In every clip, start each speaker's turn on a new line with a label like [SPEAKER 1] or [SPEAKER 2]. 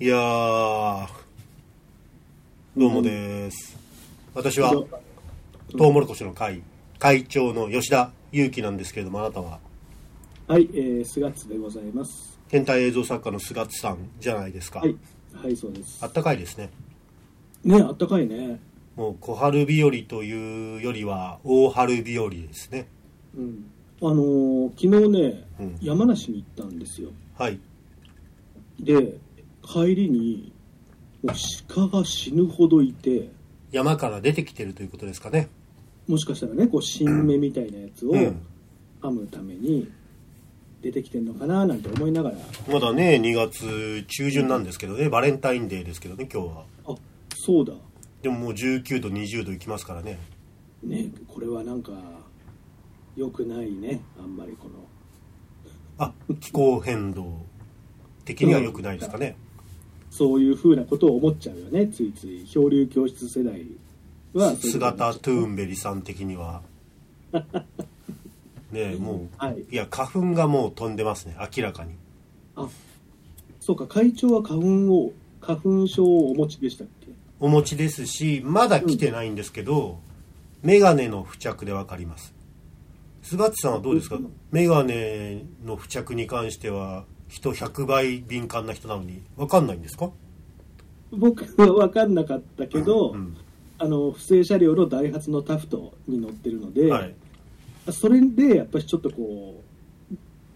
[SPEAKER 1] いやー、どうもです。私は、トウモロコシの会、会長の吉田祐樹なんですけれども、あなたは、
[SPEAKER 2] はい、えー、スガッツでございます。
[SPEAKER 1] 天体映像作家の菅津さんじゃないですか。
[SPEAKER 2] はい、はい、そうです
[SPEAKER 1] あ。ったかいですね。
[SPEAKER 2] ね、あったかいね。
[SPEAKER 1] もう、小春日和というよりは、大春日和ですね。
[SPEAKER 2] うん。あのー昨日ね、
[SPEAKER 1] うん
[SPEAKER 2] 山梨に行ったんですよ。
[SPEAKER 1] はい。
[SPEAKER 2] で、帰りに、もう鹿が死ぬほどいて、
[SPEAKER 1] 山から出てきてるということですかね。
[SPEAKER 2] もしかしたらね、こう、新芽みたいなやつを
[SPEAKER 1] うん
[SPEAKER 2] 噛むために出てきてんのかななんて思いながら、
[SPEAKER 1] まだね、2月中旬なんですけどね、バレンタインデーですけどね、今日は。
[SPEAKER 2] あ、そうだ。
[SPEAKER 1] でももう19度、20度いきますからね。
[SPEAKER 2] ね、これはなんか、良くないね、あんまりこの。
[SPEAKER 1] あ気候変動的には良くないですかね、
[SPEAKER 2] そういうふうなことを思っちゃうよね、ついつい。漂流教室世代は。そういうことにな
[SPEAKER 1] 姿
[SPEAKER 2] っち
[SPEAKER 1] トゥーンベリさん的に はねえもう、
[SPEAKER 2] はいい、
[SPEAKER 1] や花粉がもう飛んでますね明らかに
[SPEAKER 2] ゃうあ、そうか、会長は花粉を、花粉症をお持ちでしたっけ
[SPEAKER 1] お持ちですしまだ来てないんですけど、メガネの付着で分かります菅地さんはどうですか、
[SPEAKER 2] うん
[SPEAKER 1] メガネの付着に関しては人100倍敏感な人なのに分かんないんですか
[SPEAKER 2] 僕は分かんなかったけど、
[SPEAKER 1] うん
[SPEAKER 2] あの、不正車両のダイハツのタフトに乗ってるので、
[SPEAKER 1] はい
[SPEAKER 2] それでやっぱりちょっとこ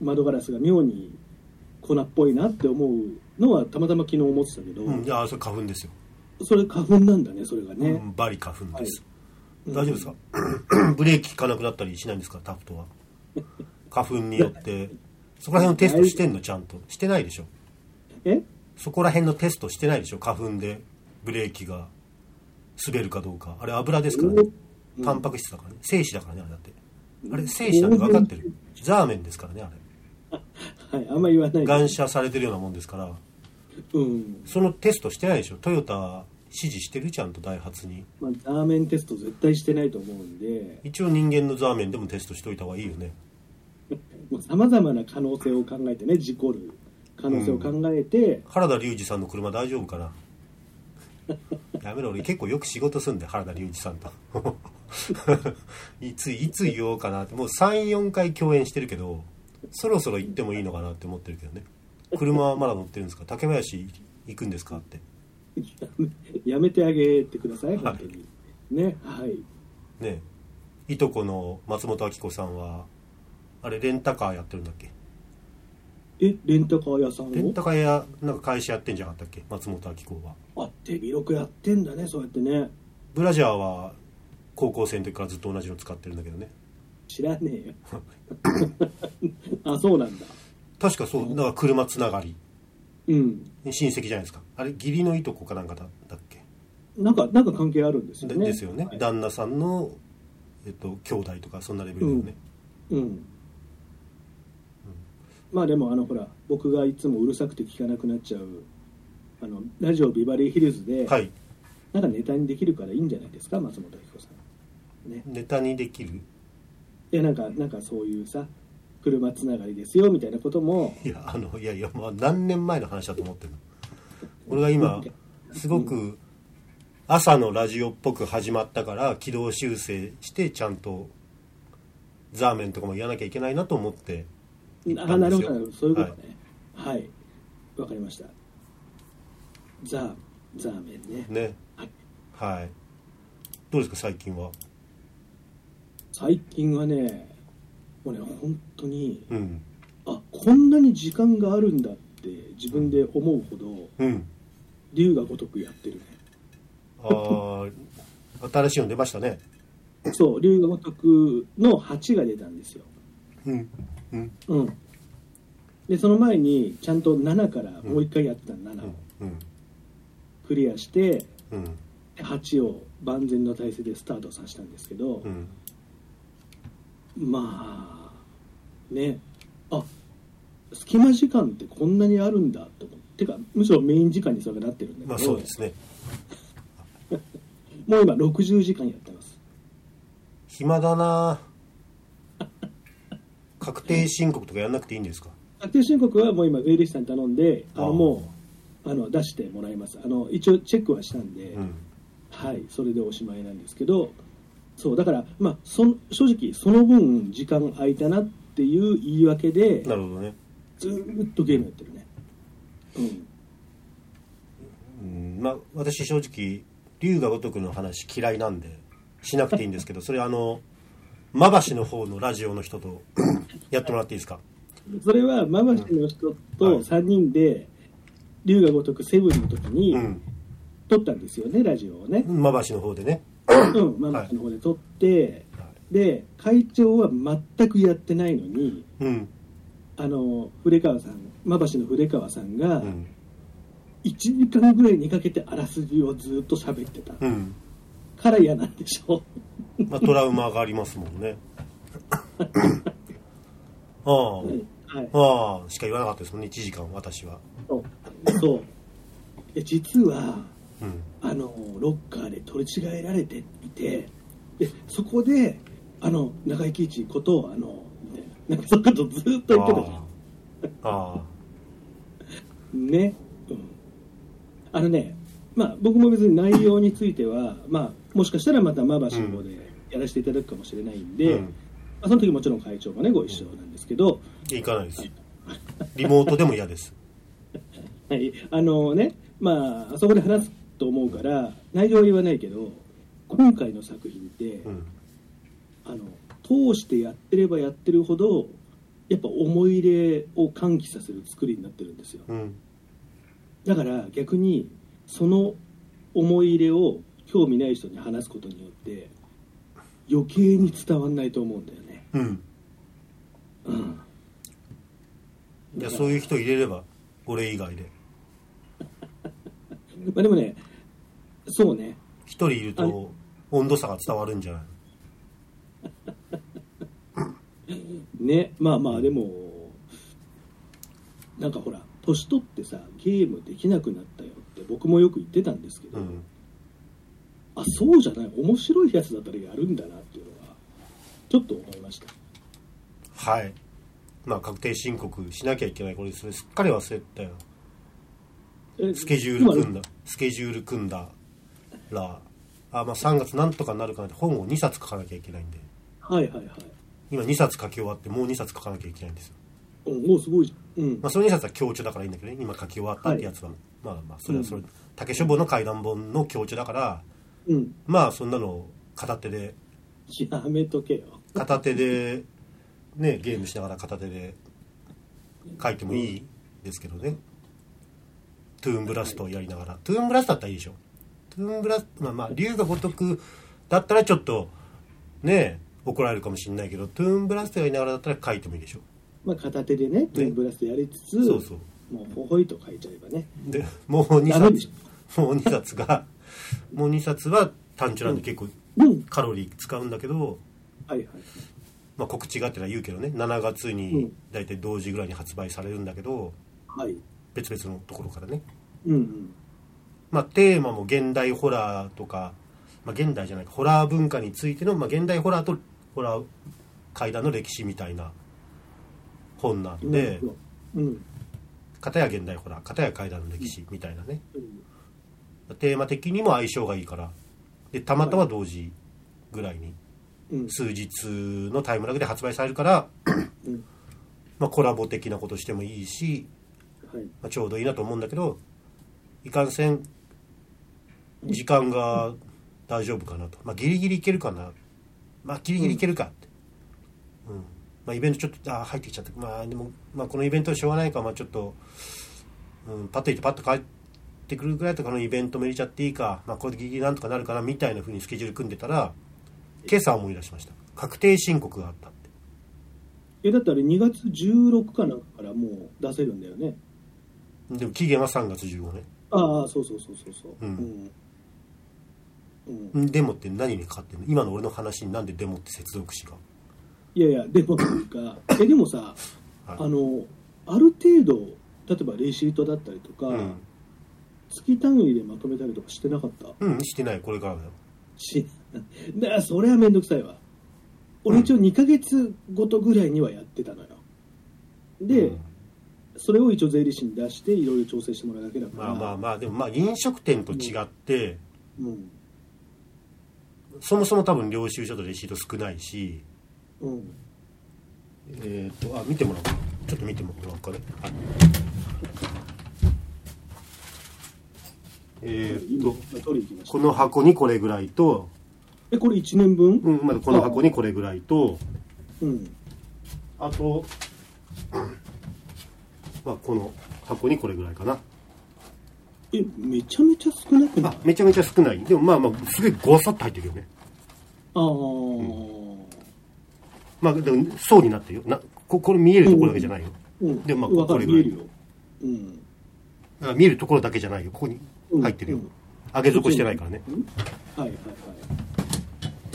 [SPEAKER 2] う、窓ガラスが妙に粉っぽいなって思うのはたまたま昨日思ってたけど、
[SPEAKER 1] うん、いやそれ花粉ですよ、
[SPEAKER 2] それ花粉なんだね、それが
[SPEAKER 1] う
[SPEAKER 2] ね。
[SPEAKER 1] んバリ花粉です、
[SPEAKER 2] はい
[SPEAKER 1] 大丈夫です か、ブレーキ効かなくなったりしないんですかタフ トは花粉によってそこら辺のテストしてんのちゃんとしてないでしょ
[SPEAKER 2] え
[SPEAKER 1] そこら辺のテストしてないでしょ花粉でブレーキが滑るかどうかあれ油ですからね
[SPEAKER 2] うん
[SPEAKER 1] タンパク質だからね精子だからねあれだって
[SPEAKER 2] うん
[SPEAKER 1] あれ精子なんて分かってるザーメンですからねあれ
[SPEAKER 2] はい、あんまり言わないで
[SPEAKER 1] 感射されてるようなもんですから
[SPEAKER 2] うん。
[SPEAKER 1] そのテストしてないでしょトヨタ指示してるちゃんとダイハツに
[SPEAKER 2] まあ、ザーメンテスト絶対してないと思うんで、
[SPEAKER 1] 一応人間のザーメンでもテストしといた方がいいよね
[SPEAKER 2] さまざまな可能性を考えてね、事故る可能性を考えて、
[SPEAKER 1] 原田龍二さんの車大丈夫かな やめろ俺結構よく仕事すんで原田龍二さんと いついつ言おうかなってもう34回共演してるけどそろそろ行ってもいいのかなって思ってるけどね車はまだ乗ってるんですか竹林行くんですかって
[SPEAKER 2] やめてあげてください、本当に。ね、はい。
[SPEAKER 1] ねいとこの松本明子さんはあれレンタカーやってるんだっけ
[SPEAKER 2] え、レンタカー屋さん
[SPEAKER 1] レンタ
[SPEAKER 2] を
[SPEAKER 1] カーやなんか会社やってんじゃなかったっけ松本明子は
[SPEAKER 2] あ、手広くやってんだね、そうやってね。
[SPEAKER 1] ブラジャーは高校生の時からずっと同じの使ってるんだけどね
[SPEAKER 2] 知らね えよ。あ、そうなんだ。
[SPEAKER 1] 確かそうだから車つながり
[SPEAKER 2] うん。
[SPEAKER 1] 親戚じゃないですかあれ義理のいとこかなんかだだっけ
[SPEAKER 2] なんか、なんか関係あるんですよ
[SPEAKER 1] で
[SPEAKER 2] ね。
[SPEAKER 1] ですよね、
[SPEAKER 2] はい
[SPEAKER 1] 旦那さんの、えっと、兄弟とかそんなレベルだよね、
[SPEAKER 2] うん。まあでもあのほら僕がいつもうるさくて聞かなくなっちゃうあのラジオビバリーヒルズで、
[SPEAKER 1] はい
[SPEAKER 2] なんかネタにできるからいいんじゃないですか松本彦さんね
[SPEAKER 1] ネタにできる
[SPEAKER 2] いやなんかなんかそういうさ車つながりですよみたいなことも
[SPEAKER 1] いやあのいやいや、まあ、何年前の話だと思ってるの俺が今すごく朝のラジオっぽく始まったから軌道修正してちゃんとザーメンとかも言わなきゃいけないなと思って言った
[SPEAKER 2] あ
[SPEAKER 1] ん
[SPEAKER 2] な
[SPEAKER 1] で
[SPEAKER 2] る
[SPEAKER 1] す
[SPEAKER 2] ほ
[SPEAKER 1] よ
[SPEAKER 2] どなるほどそういうことねはいわ、かりましたザザーメンね
[SPEAKER 1] ね
[SPEAKER 2] はい
[SPEAKER 1] はいどうですか最近は
[SPEAKER 2] 最近はねもうね本当に
[SPEAKER 1] うん
[SPEAKER 2] あこんなに時間があるんだって自分で思うほど
[SPEAKER 1] うん
[SPEAKER 2] 龍が如くやってるね
[SPEAKER 1] あー新しいの出ましたね
[SPEAKER 2] そう龍が如くの8が出たんですよ
[SPEAKER 1] うんうん
[SPEAKER 2] うん、でその前にちゃんと7からもう一回やってたの7を
[SPEAKER 1] うん
[SPEAKER 2] クリアして
[SPEAKER 1] うん
[SPEAKER 2] 8を万全の体制でスタートさせたんですけど、
[SPEAKER 1] うん
[SPEAKER 2] まあねあ隙間時間ってこんなにあるんだと思っててかむしろメイン時間にそれがなってるんだけど、
[SPEAKER 1] まあそうですね
[SPEAKER 2] もう今60時間やってます
[SPEAKER 1] 暇だな確定申告とかやんなくていいんですか
[SPEAKER 2] 確定申告はもう今税理士さんに頼んであ
[SPEAKER 1] あー
[SPEAKER 2] のもあの出してもらいますあの一応チェックはしたんで、
[SPEAKER 1] うん
[SPEAKER 2] はいそれでおしまいなんですけどそうだから、まあ、その正直その分時間空いたなっていう言い訳で
[SPEAKER 1] なるほどね、
[SPEAKER 2] ずーっとゲームやってるねうん
[SPEAKER 1] うん、まあ私正直龍が如くの話嫌いなんでしなくていいんですけどそれあのまばしの方のラジオの人 とやってもらっていいですか
[SPEAKER 2] それはママ氏の人
[SPEAKER 1] はい
[SPEAKER 2] と3人で龍が如くセブンの時に
[SPEAKER 1] うん
[SPEAKER 2] 撮ったんですよねラジオをね
[SPEAKER 1] まばしの方でね
[SPEAKER 2] うんママ氏の方で撮って
[SPEAKER 1] は
[SPEAKER 2] で会長は全くやってないのに
[SPEAKER 1] うん
[SPEAKER 2] あの筆川さんマバシの筆川さん
[SPEAKER 1] う
[SPEAKER 2] が
[SPEAKER 1] ん
[SPEAKER 2] 1時間ぐらいにかけてあらすじをずっと喋ってた
[SPEAKER 1] うん
[SPEAKER 2] から嫌なんでしょ
[SPEAKER 1] まあトラウマがありますもん ねああ
[SPEAKER 2] はい
[SPEAKER 1] ああしか言わなかったですもんね1時間私は
[SPEAKER 2] そうそうで実は
[SPEAKER 1] うん
[SPEAKER 2] あのロッカーで取り違えられていてでそこであの中井貴一ことあのみたいななんかそういうことずっと言ってたじゃ
[SPEAKER 1] あ
[SPEAKER 2] ん
[SPEAKER 1] あああ
[SPEAKER 2] ね、うん、あのねまあ僕も別に内容については、まあ、もしかしたらまたマバシの方でやらせていただくかもしれないんで、
[SPEAKER 1] うん
[SPEAKER 2] まあ、その時もちろん会長がねご一緒なんですけど、
[SPEAKER 1] 行かないですリモートでも嫌です
[SPEAKER 2] はい、あのねまああそこで話すと思うから内容は言わないけど今回の作品って、
[SPEAKER 1] うん
[SPEAKER 2] あの通してやってればやってるほどやっぱ思い入れを喚起させる作りになってるんですよ
[SPEAKER 1] うん
[SPEAKER 2] だから逆にその思い入れを興味ない人に話すことによって余計に伝わんないと思うんだよね
[SPEAKER 1] うん
[SPEAKER 2] うん
[SPEAKER 1] いやそういう人入れれば俺以外で
[SPEAKER 2] まあでもねそうね
[SPEAKER 1] 一人いると温度差が伝わるんじゃない
[SPEAKER 2] ねまあまあでもなんかほら年取ってさゲームできなくなったよって僕もよく言ってたんですけど、
[SPEAKER 1] うん
[SPEAKER 2] あそうじゃない面白いやつだったらやるんだなっていうのはちょっと思いました
[SPEAKER 1] はいまあ確定申告しなきゃいけないこれそれすっかり忘れてたよ
[SPEAKER 2] え
[SPEAKER 1] スケジュール組ん
[SPEAKER 2] 今
[SPEAKER 1] だスケジュール組んだらあまあ3月なんとかなるかなって本を2冊書かなきゃいけないんで
[SPEAKER 2] はいはいはい
[SPEAKER 1] 今2冊書き終わってもう2冊書かなきゃいけないんですよ
[SPEAKER 2] うんおうすごいじゃんうん
[SPEAKER 1] まあ、その2冊は強調だからいいんだけどね今書き終わったってやつは、まあまあそれはそれ、竹書房の怪談本の強調だから
[SPEAKER 2] うん
[SPEAKER 1] まあそんなのを片手で
[SPEAKER 2] やめとけよ
[SPEAKER 1] 片手でねゲームしながら片手で書いてもいいですけどねトゥーンブラストをやりながら、トゥーンブラストだったらいいでしょトゥーンブラストまあまあ竜が如くだったらちょっとね怒られるかもしれないけどトゥーンブラストやりながらだったら書いてもいいでしょ
[SPEAKER 2] まあ片手でねトゥーンブラストやりつつ、
[SPEAKER 1] そうそう
[SPEAKER 2] もうほほいと書いちゃえばね
[SPEAKER 1] でもう2
[SPEAKER 2] ダメでし
[SPEAKER 1] 冊もう2冊がもう2冊は単調なんで結構
[SPEAKER 2] うん
[SPEAKER 1] カロリー使うんだけど、
[SPEAKER 2] はいはい
[SPEAKER 1] まあ、告知があってのは言うけどね7月
[SPEAKER 2] う
[SPEAKER 1] に
[SPEAKER 2] ん
[SPEAKER 1] 大体同時ぐらいに発売されるんだけど
[SPEAKER 2] はい
[SPEAKER 1] 別々のところからね、
[SPEAKER 2] うんうん
[SPEAKER 1] まあ、テーマも現代ホラーとか、まあ、現代じゃないかホラー文化についての、まあ、現代ホラーとホラー怪談の歴史みたいな本なんで、
[SPEAKER 2] うん
[SPEAKER 1] 片や現代ホラー片や怪談の歴史みたいなね、
[SPEAKER 2] うん
[SPEAKER 1] テーマ的にも相性がいいからでたまたま同時ぐらいに
[SPEAKER 2] うん
[SPEAKER 1] 数日のタイムラグで発売されるから、
[SPEAKER 2] うん
[SPEAKER 1] まあ、コラボ的なことしてもいいし、
[SPEAKER 2] はい
[SPEAKER 1] まあ、ちょうどいいなと思うんだけどいかんせん時間が大丈夫かなと、まあ、ギリギリいけるかなまあギリギリいけるかって、うんまあ、イベントちょっとあー入ってきちゃったまあでも、まあ、このイベントはしょうがないから、まあ、ちょっと、うん、パッと行ってパッと帰ってくるぐらいとかのイベントも入れちゃっていいか、まあ、これでギリギリなんとかなるかなみたいなふうにスケジュール組んでたら今朝思い出しました確定申告があったって
[SPEAKER 2] えだってあれ2月16かなんかからもう出せるんだよね
[SPEAKER 1] でも期限は3月15ね
[SPEAKER 2] ああそうそうそうそうそう
[SPEAKER 1] う
[SPEAKER 2] うんん、うん
[SPEAKER 1] デモって何にかかってんの今の俺の話になんでデモって接続詞が
[SPEAKER 2] いやいやでもなんかえでもさ
[SPEAKER 1] はい
[SPEAKER 2] あのある程度例えばレシートだったりとか、
[SPEAKER 1] うん、
[SPEAKER 2] 月単位でまとめたりとかしてなかった
[SPEAKER 1] うん、してないこれからだよ
[SPEAKER 2] しだからそれは面倒くさいわ俺一応2ヶ月ごとぐらいにはやってたのよで、
[SPEAKER 1] うん
[SPEAKER 2] それを一応税理士に出していろいろ調整してもらうだけだから
[SPEAKER 1] まあまあまあでもまあ飲食店と違って、
[SPEAKER 2] うん
[SPEAKER 1] そもそも多分領収書とレシート少ないし
[SPEAKER 2] うん
[SPEAKER 1] えっ、とあ見てもらおうかちょっと見てもらおうかねはいえっ、
[SPEAKER 2] 今
[SPEAKER 1] と
[SPEAKER 2] 取りに行きました
[SPEAKER 1] この箱にこれぐらいと、
[SPEAKER 2] えこれ1年分
[SPEAKER 1] うん、まずこの箱にこれぐらいと
[SPEAKER 2] うん
[SPEAKER 1] あと、まあ、この箱にこれぐらいかな
[SPEAKER 2] えめちゃめちゃ少なくない
[SPEAKER 1] あめちゃめちゃ少ないでもまあまあすげえごそっと入ってるよね
[SPEAKER 2] ああ、
[SPEAKER 1] まあでも層になってるよなここれ見えるところだけじゃないよ、
[SPEAKER 2] うん、
[SPEAKER 1] でもまあ
[SPEAKER 2] わか
[SPEAKER 1] これ
[SPEAKER 2] る
[SPEAKER 1] ぐら
[SPEAKER 2] 見
[SPEAKER 1] い
[SPEAKER 2] えるよ、うん、
[SPEAKER 1] あ見えるところだけじゃないよここに入ってるよ、
[SPEAKER 2] うんうん
[SPEAKER 1] 上げ底してないからね
[SPEAKER 2] うんはいはい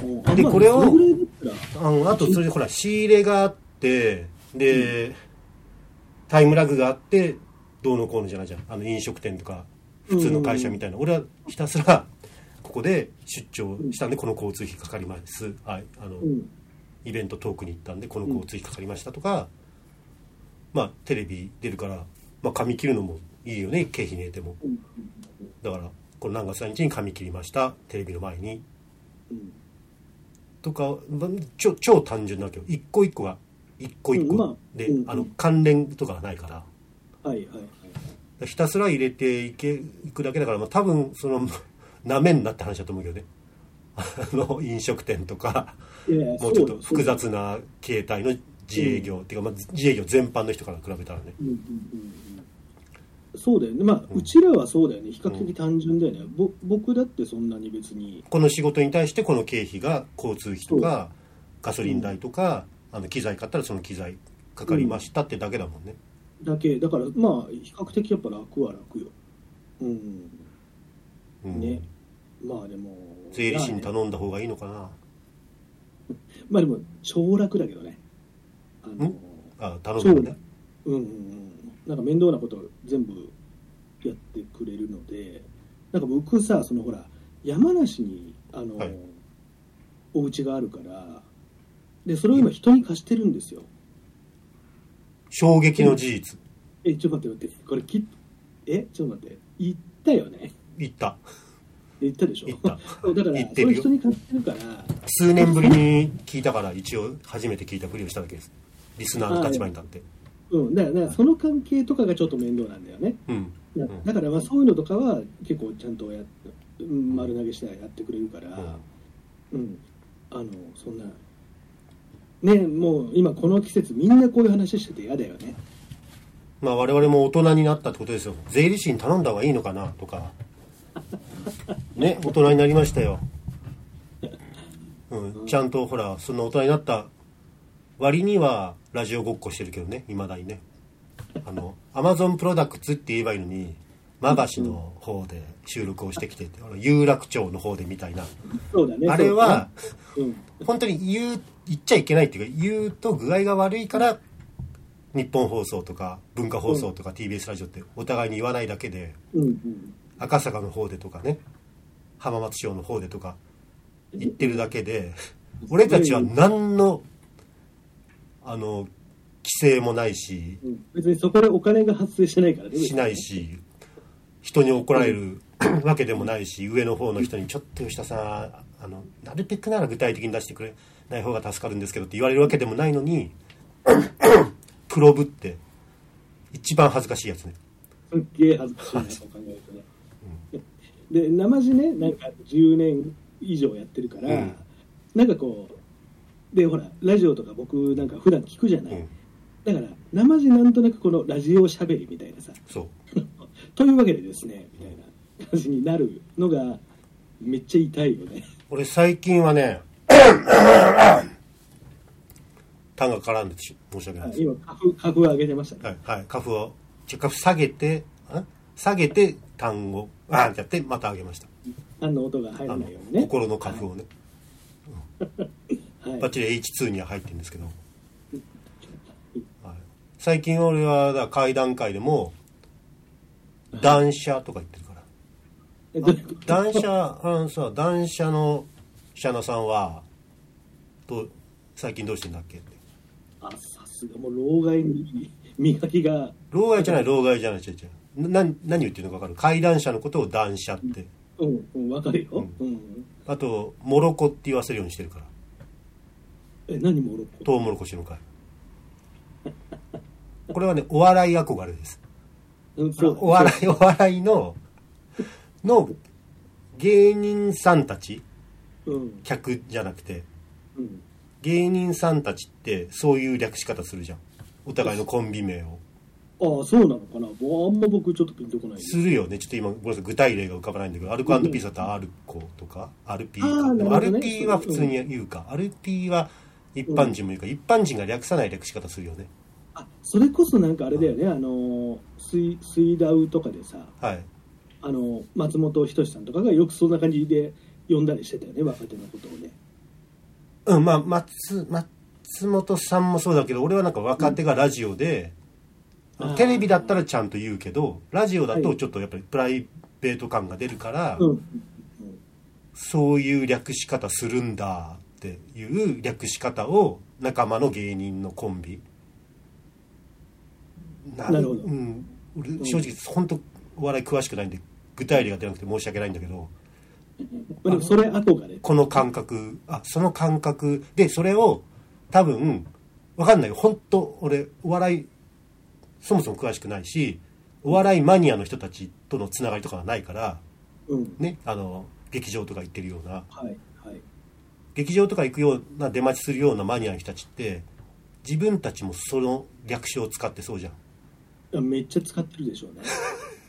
[SPEAKER 2] はいおあ
[SPEAKER 1] で
[SPEAKER 2] まあ
[SPEAKER 1] これを
[SPEAKER 2] そぐらいだったら
[SPEAKER 1] あのあとそれでほら仕入れがあってで、タイムラグがあってどうのこうのじゃないじゃんあの飲食店とか普通の会社みたいな、俺はひたすらここで出張したんでこの交通費かかります、はい、あの
[SPEAKER 2] うん
[SPEAKER 1] イベントトークに行ったんでこの交通費かかりましたとか、まあテレビ出るから、まあ、髪切るのもいいよね経費に入れても
[SPEAKER 2] うん
[SPEAKER 1] だからこの何月何日に髪切りましたテレビの前に
[SPEAKER 2] うん
[SPEAKER 1] とかま超超単純なわけよ一個一個が一個一
[SPEAKER 2] うんまあ
[SPEAKER 1] 個で、
[SPEAKER 2] うんうん
[SPEAKER 1] あの関連とかがないから
[SPEAKER 2] はいはいはい
[SPEAKER 1] ひたすら入れていけいくだけだから、まあ、多分そのなめんなって話だと思うけどねあの飲食店とか
[SPEAKER 2] いやいや
[SPEAKER 1] もうちょっ
[SPEAKER 2] そ
[SPEAKER 1] と
[SPEAKER 2] だ
[SPEAKER 1] 複雑な形態の自営業、っていうか、まあ、自営業全般の人から比べたらね
[SPEAKER 2] うんうんうんうんそうだよねまあ、うちらはそうだよね比較的単純だよね、ぼ僕だってそんなに別に
[SPEAKER 1] この仕事に対してこの経費が交通費とかガソリン代とか、あの機材買ったらその機材かかりましたってだけだもんね、
[SPEAKER 2] だけだからまあ比較的やっぱ楽は楽ようん
[SPEAKER 1] うん
[SPEAKER 2] ねまあでも
[SPEAKER 1] 税理士に
[SPEAKER 2] まあね
[SPEAKER 1] 頼んだ方がいいのかな
[SPEAKER 2] まあでも超楽だけどねあの
[SPEAKER 1] んあ頼んだんだ
[SPEAKER 2] うんうんうんなんか面倒なこと全部やってくれるのでなんか僕さそのほら山梨にあの、
[SPEAKER 1] はい
[SPEAKER 2] お家があるからでそれを今人に貸してるんですよ
[SPEAKER 1] 衝撃の事実
[SPEAKER 2] えちょっと待って待ってこれきえちょっと待って言ったよね
[SPEAKER 1] 言った
[SPEAKER 2] 言ったでしょ
[SPEAKER 1] 言った
[SPEAKER 2] だから
[SPEAKER 1] 言っ
[SPEAKER 2] そ
[SPEAKER 1] てる
[SPEAKER 2] れ
[SPEAKER 1] よ
[SPEAKER 2] 人に貸してるから
[SPEAKER 1] 数年ぶりに聞いたから一応初めて聞いたふりをしただけですリスナーの立場に立って
[SPEAKER 2] うん、だからだからその関係とかがちょっと面倒なんだよね、
[SPEAKER 1] うん
[SPEAKER 2] だ
[SPEAKER 1] ん
[SPEAKER 2] だからまあそういうのとかは結構ちゃんとやっうん丸投げしたらやってくれるから、うんあのそんな、ね、もう今、この季節、みんなこういう話してて嫌だよね、
[SPEAKER 1] まあ我々も大人になったってことですよ税理士に頼んだ方がいいのかなとかね大人になりましたよ、うん、ちゃんとほらそんな大人になった割にはラジオごっこしてるけどねいまだにねあのアマゾンプロダクツって言えばいいのにまばしの方で収録をしてきててあの有楽町の方でみたいな
[SPEAKER 2] そうだね、
[SPEAKER 1] あれは
[SPEAKER 2] そうだね、
[SPEAKER 1] 本当に言う言っちゃいけないっていうか言うと具合が悪いから日本放送とか文化放送とか TBS ラジオってお互いに言わないだけで
[SPEAKER 2] うん、うん、
[SPEAKER 1] 赤坂の方でとかね浜松町の方でとか言ってるだけで俺たちは何のあの規制もないし
[SPEAKER 2] うん、別にそこでお金が発生してないからね、
[SPEAKER 1] しないし人に怒られるわけでもないし上の方の人に「ちょっと吉田さんあのなるべくなら具体的に出してくれない方が助かるんですけど」って言われるわけでもないのに プロブって一番恥ずかしいやつね
[SPEAKER 2] すっげえ恥ずかしいな、そう考えるとね。で、生地ね、なんか10年以上やってるから、
[SPEAKER 1] うん
[SPEAKER 2] なんかこう、で、ほら、ラジオとか僕なんか普段聞くじゃない。
[SPEAKER 1] うん
[SPEAKER 2] だから、生地なんとなくこのラジオしゃべりみたいなさ、
[SPEAKER 1] そう
[SPEAKER 2] というわけでですね、みたいな感じになるのが、めっちゃ痛いよね。
[SPEAKER 1] 俺最近はね 痰が絡んでてし申し訳ない
[SPEAKER 2] あ
[SPEAKER 1] です
[SPEAKER 2] 今、カフ、カフ上げてましたね。
[SPEAKER 1] はい、はい、カフをちょカフ下げてん下げて痰をあーってやってまた上げました
[SPEAKER 2] あの音が入
[SPEAKER 1] あ
[SPEAKER 2] ら
[SPEAKER 1] の
[SPEAKER 2] ないようにね。
[SPEAKER 1] 心の花粉をね、
[SPEAKER 2] はい
[SPEAKER 1] バッ。チリ H2 には入ってるんですけど、はい、最近俺はだから階段階でも断捨とか言ってるから
[SPEAKER 2] えどういうこと
[SPEAKER 1] 断捨あのさ断捨の社名さんはどう最近どうしてんだっけって
[SPEAKER 2] あさすがもう老害に磨きが
[SPEAKER 1] 老害じゃない老害じゃない違う違うな何何言ってるのか分かる怪談者のことを談者って
[SPEAKER 2] うん、うん、わかるよ。うん。
[SPEAKER 1] あとモロコって言わせるようにしてるから
[SPEAKER 2] え、何モロッコ
[SPEAKER 1] トウモロコシの会これはねお笑い憧れです
[SPEAKER 2] うん、そうだ
[SPEAKER 1] お笑いお笑いのの芸人さんたち
[SPEAKER 2] うん。
[SPEAKER 1] 客じゃなくて
[SPEAKER 2] うん。
[SPEAKER 1] 芸人さんたちってそういう略し方するじゃんお互いのコンビ名を
[SPEAKER 2] ああ、そうなのかな。もうあんま僕ちょっとピンとこない。
[SPEAKER 1] するよねちょっと今ごめんなさい具体例が浮かばないんだけどアルコピースだったらアルコとかアルピー
[SPEAKER 2] あ
[SPEAKER 1] か
[SPEAKER 2] ー
[SPEAKER 1] でもア
[SPEAKER 2] なるほどね
[SPEAKER 1] ルピーは普通に言うかアルピーは一般人も言うか一般人が略さない略し方するよね
[SPEAKER 2] あ、それこそなんかあれだよね。あの、水、水ダウとかでさ、
[SPEAKER 1] はい
[SPEAKER 2] あの、松本人志さんとかがよくそんな感じで呼んだりしてたよね、若手のことをね。
[SPEAKER 1] うんまあ松松本さんもそうだけど俺はなんか若手がラジオで、
[SPEAKER 2] うん
[SPEAKER 1] テレビだったらちゃんと言うけどラジオだ
[SPEAKER 2] は
[SPEAKER 1] と
[SPEAKER 2] い
[SPEAKER 1] ちょっとやっぱりプライベート感が出るから、
[SPEAKER 2] うん。うん
[SPEAKER 1] そういう略し方するんだっていう略し方を仲間の芸人のコンビな
[SPEAKER 2] なるほど
[SPEAKER 1] うん、俺
[SPEAKER 2] ん
[SPEAKER 1] 正直本当お笑い詳しくないんで具体例が出なくて申し訳ないんだけど
[SPEAKER 2] まあ、でもそれ憧れ。
[SPEAKER 1] この感覚あその感覚でそれを多分わかんないよ本当俺お笑いそもそも詳しくないしお笑いマニアの人たちとのつながりとかはないから
[SPEAKER 2] うん。
[SPEAKER 1] ねあの劇場とか行ってるような
[SPEAKER 2] はい、はい。
[SPEAKER 1] 劇場とか行くような出待ちするようなマニアの人たちって自分たちもその略称を使ってそうじゃん
[SPEAKER 2] あめっちゃ使ってるでしょうね。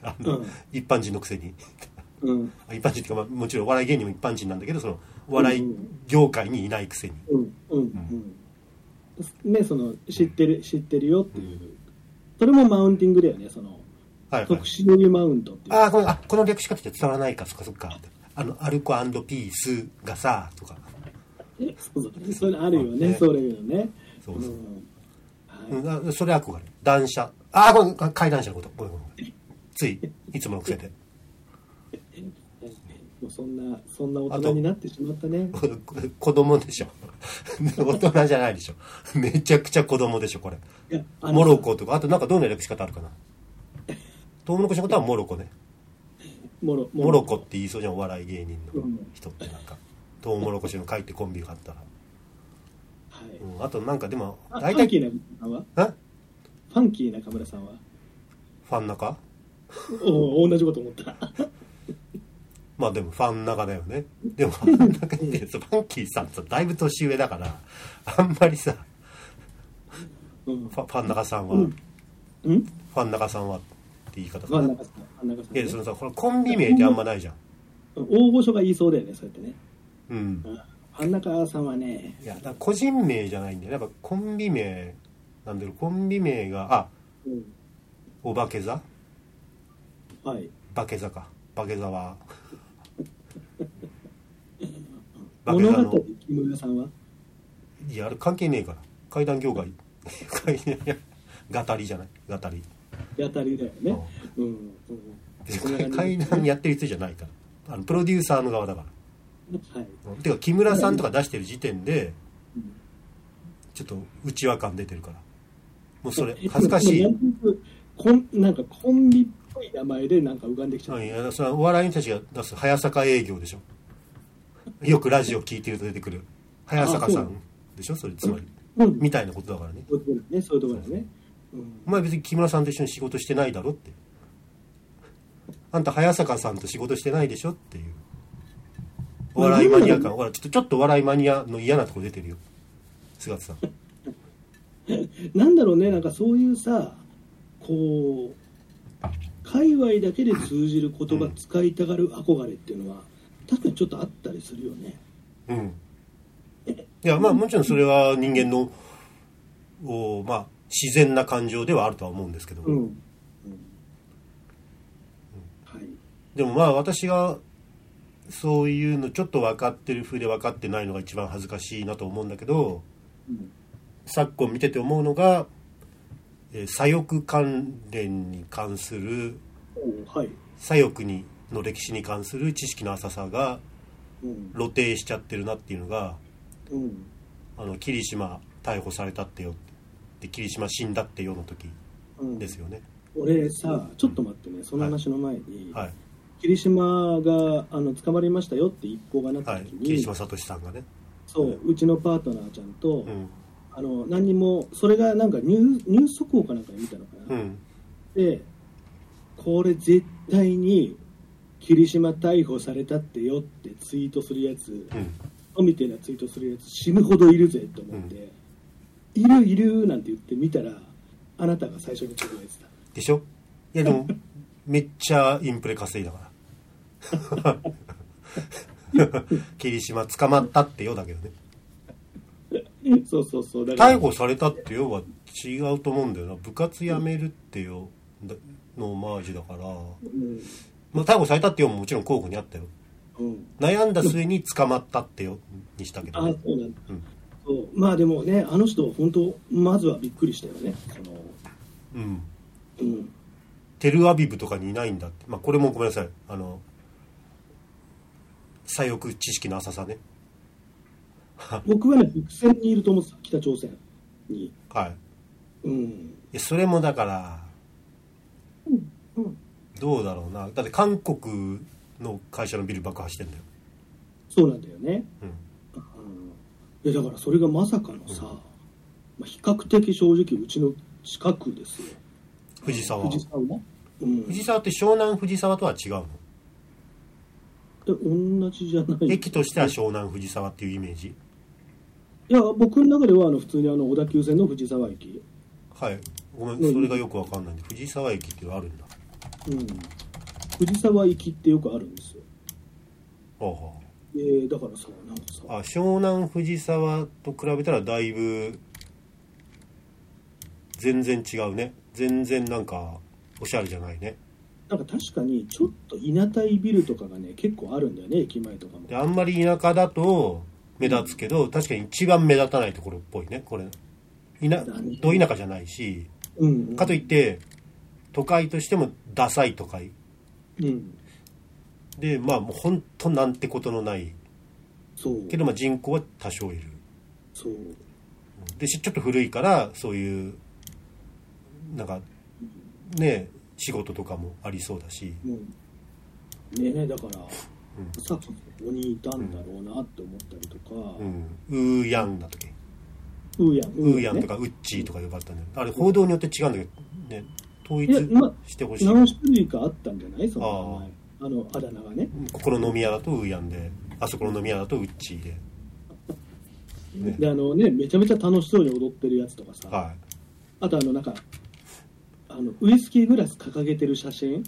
[SPEAKER 1] あの、
[SPEAKER 2] うん
[SPEAKER 1] 一般人のくせに
[SPEAKER 2] うん。
[SPEAKER 1] 一般人っていうか、まあ、もちろんお笑い芸人も一般人なんだけどそのお笑い業界にいないくせに、
[SPEAKER 2] うんうんうん、ねその知ってる知ってるよっていう、それもマウンティングだよねその、
[SPEAKER 1] はいはい
[SPEAKER 2] 特殊にマウントっていう
[SPEAKER 1] あーこのあこの略し方って伝わらないかそっかそっかあのアルコピースがさとか
[SPEAKER 2] そうそうそれあるよね、
[SPEAKER 1] ね
[SPEAKER 2] それよね
[SPEAKER 1] そうそう、
[SPEAKER 2] んはい
[SPEAKER 1] うん、あそれ憧れ断捨ああこの階段者のことごめんごめんごめんついいつもの癖で
[SPEAKER 2] もうそんなそんな大人になってしまったね
[SPEAKER 1] 子供でしょ 大人じゃないでしょめちゃくちゃ子供でしょこれ
[SPEAKER 2] いやあの
[SPEAKER 1] モロコとかあとなんかどんな略し方あるかなトウモロコシのことはモロコね
[SPEAKER 2] モロ
[SPEAKER 1] モロコって言いそうじゃんお笑い芸人の
[SPEAKER 2] うん
[SPEAKER 1] 人ってなんかトウモロコシの会ってコンビがあったら、
[SPEAKER 2] はい
[SPEAKER 1] うん、あとなんかでも
[SPEAKER 2] あフ
[SPEAKER 1] 大
[SPEAKER 2] ァンキ
[SPEAKER 1] 体
[SPEAKER 2] ーな中村さんは
[SPEAKER 1] え
[SPEAKER 2] ファンキー中村さんは
[SPEAKER 1] ファン中
[SPEAKER 2] おお同じこと思った
[SPEAKER 1] まあでもファン中だよね。でもファン中って、ファンキーさんさ、だいぶ年上だから、あんまりさ、
[SPEAKER 2] うん
[SPEAKER 1] ファファン中さんは、
[SPEAKER 2] うん
[SPEAKER 1] フ
[SPEAKER 2] うん
[SPEAKER 1] ァン中さんはって言い方
[SPEAKER 2] 真
[SPEAKER 1] かな。い
[SPEAKER 2] ん中さん真ん中さんね、
[SPEAKER 1] や、そのさ、このコンビ名ってあんまないじゃん。
[SPEAKER 2] 大御所が言いそうだよねそうやってね
[SPEAKER 1] うん。
[SPEAKER 2] 真ん中さんはね
[SPEAKER 1] いや、だから個人名じゃないんだよ。やっぱコンビ名なんだけど、コンビ名が、あ、
[SPEAKER 2] うん
[SPEAKER 1] お化け座
[SPEAKER 2] はい
[SPEAKER 1] 化け座か。化け座は。化け
[SPEAKER 2] 物
[SPEAKER 1] 座
[SPEAKER 2] 語
[SPEAKER 1] の。
[SPEAKER 2] 木村さんはい
[SPEAKER 1] や、あれ関係ねえから。怪談業界。怪談語りじゃない語り。
[SPEAKER 2] 当たりだよね
[SPEAKER 1] うん
[SPEAKER 2] うん、うん、そんな感じ
[SPEAKER 1] 階段やってる人じゃないからあのプロデューサーの側だか
[SPEAKER 2] はい、
[SPEAKER 1] らてか木村さんとか出してる時点で
[SPEAKER 2] うん
[SPEAKER 1] ちょっと内輪感出てるからもうそれ恥ずかしい
[SPEAKER 2] なんかこんなんかコンビっぽい名前でなんか浮かんできちゃ
[SPEAKER 1] う
[SPEAKER 2] っ
[SPEAKER 1] んいやそれはお笑いの人たちが出す早坂営業でしょよくラジオ聞いてると出てくる早坂さ
[SPEAKER 2] あそうん
[SPEAKER 1] でしょそれつまり
[SPEAKER 2] たうん
[SPEAKER 1] みたいなことだからね
[SPEAKER 2] そういうところだねそういうところだねうん
[SPEAKER 1] お前別に木村さんと一緒に仕事してないだろってあんた早坂さんと仕事してないでしょっていうお笑いマニア感ほらちょっとちょっとお笑いマニアの嫌なとこ出てるよ菅田さん
[SPEAKER 2] なんだろうねなんかそういうさこう界隈だけで通じる言葉使いたがる憧れっていうのは確かにちょっとあったりするよね
[SPEAKER 1] うんいやまあもちろんそれは人間のおまあ自然な感情ではあるとは思うんですけど、
[SPEAKER 2] うん、うん、はい
[SPEAKER 1] でもまあ私がそういうのちょっと分かってる風で分かってないのが一番恥ずかしいなと思うんだけど
[SPEAKER 2] うん
[SPEAKER 1] 昨今見てて思うのが、えー左翼関連に関する
[SPEAKER 2] おはい、
[SPEAKER 1] 左翼にの歴史に関する知識の浅さが
[SPEAKER 2] うん
[SPEAKER 1] 露呈しちゃってるなっていうのが
[SPEAKER 2] うん、
[SPEAKER 1] あの霧島逮捕されたってよって霧島死んだってよの時
[SPEAKER 2] うん
[SPEAKER 1] ですよね、
[SPEAKER 2] 俺さちょっと待ってねその話の前に、
[SPEAKER 1] はい
[SPEAKER 2] 霧島があの捕まりましたよって一報がなっ
[SPEAKER 1] は
[SPEAKER 2] た
[SPEAKER 1] い
[SPEAKER 2] 時
[SPEAKER 1] 桐
[SPEAKER 2] に、
[SPEAKER 1] 島聡さんがね
[SPEAKER 2] そううちのパートナーちゃんと、
[SPEAKER 1] うん
[SPEAKER 2] あの何にもそれがなんかニューニュース速報かなんかで見たのか
[SPEAKER 1] う
[SPEAKER 2] な、
[SPEAKER 1] ん
[SPEAKER 2] でこれ絶対に霧島逮捕されたってよってツイートするやつ、
[SPEAKER 1] うん
[SPEAKER 2] みたいなツイートするやつ死ぬほどいるぜと思って、いるいるなんて言ってみたらあなたが最初につぶやいてた
[SPEAKER 1] でしょいやでもめっちゃインプレ稼いだから 霧島捕まったってよだけどね
[SPEAKER 2] そうそうそうだから
[SPEAKER 1] 逮捕されたってよは違うと思うんだよな部活辞めるってよだのオマージュだから、
[SPEAKER 2] うん
[SPEAKER 1] まあ、逮捕されたってよももちろん候補にあったよ
[SPEAKER 2] うん
[SPEAKER 1] 悩んだ末に捕まったってよにしたけ
[SPEAKER 2] あ
[SPEAKER 1] どね
[SPEAKER 2] そうなんだ、
[SPEAKER 1] うん
[SPEAKER 2] そうまあでもねあの人本当まずはびっくりしたよねその
[SPEAKER 1] うん
[SPEAKER 2] うん
[SPEAKER 1] テルアビブとかにいないんだって、まあ、これもごめんなさいあの左翼知識の浅さね
[SPEAKER 2] 僕はね北線にいると思ってた北朝鮮に
[SPEAKER 1] はいい
[SPEAKER 2] うん
[SPEAKER 1] やそれもだから
[SPEAKER 2] うん
[SPEAKER 1] どうだろうなだって韓国の会社のビル爆破してんだよ、
[SPEAKER 2] そうなんだよね
[SPEAKER 1] うん、
[SPEAKER 2] うん、いやだからそれがまさかのさ、まあ、比較的正直うちの近くですよ
[SPEAKER 1] 藤沢
[SPEAKER 2] 藤沢も、うん、
[SPEAKER 1] 藤沢って湘南藤沢とは違うの
[SPEAKER 2] で同じじゃない
[SPEAKER 1] 駅としては湘南藤沢っていうイメージ
[SPEAKER 2] いや僕の中ではあの普通にあの小田急線の藤沢駅、
[SPEAKER 1] はいごめん
[SPEAKER 2] うん
[SPEAKER 1] それがよくわかんないんで藤沢駅っていうのあるんだ
[SPEAKER 2] うん、藤沢行きってよくあるんですよ
[SPEAKER 1] は
[SPEAKER 2] でだからさなんか
[SPEAKER 1] あ
[SPEAKER 2] さ
[SPEAKER 1] はああ湘南藤沢と比べたらだいぶ全然違うね全然なんかおしゃれじゃないね
[SPEAKER 2] なんか確かにちょっと稲いビルとかがね結構あるんだよね駅前とかも
[SPEAKER 1] であんまり田舎だと目立つけど確かに一番目立たないところっぽいねこれいなど田舎じゃないし
[SPEAKER 2] うんうん
[SPEAKER 1] かといって都会としてもダサい都会
[SPEAKER 2] うん
[SPEAKER 1] でまあもうほんとなんてことのない
[SPEAKER 2] そう
[SPEAKER 1] けどまあ人口は多少いる
[SPEAKER 2] そう
[SPEAKER 1] でしちょっと古いからそういうなんかね仕事とかもありそうだし
[SPEAKER 2] うん、ねえだから、
[SPEAKER 1] うん
[SPEAKER 2] さっきここにいたんだろうなって思ったりとか、
[SPEAKER 1] うんウーヤンだっけ
[SPEAKER 2] うーやん
[SPEAKER 1] ウーヤンと
[SPEAKER 2] か
[SPEAKER 1] かウッチーとか呼ばれたんだよあれ報道によって違うんだけどね統一
[SPEAKER 2] いやま
[SPEAKER 1] してほしい
[SPEAKER 2] 何種類かあったんじゃないその名前あのあだ名がね
[SPEAKER 1] ここの飲み屋だとウーヤンであそこの飲み屋だとウッチーでね
[SPEAKER 2] であのねめちゃめちゃ楽しそうに踊ってるやつとかさ、
[SPEAKER 1] は
[SPEAKER 2] あとあのなんかあのウイスキーグラス掲げてる写真
[SPEAKER 1] い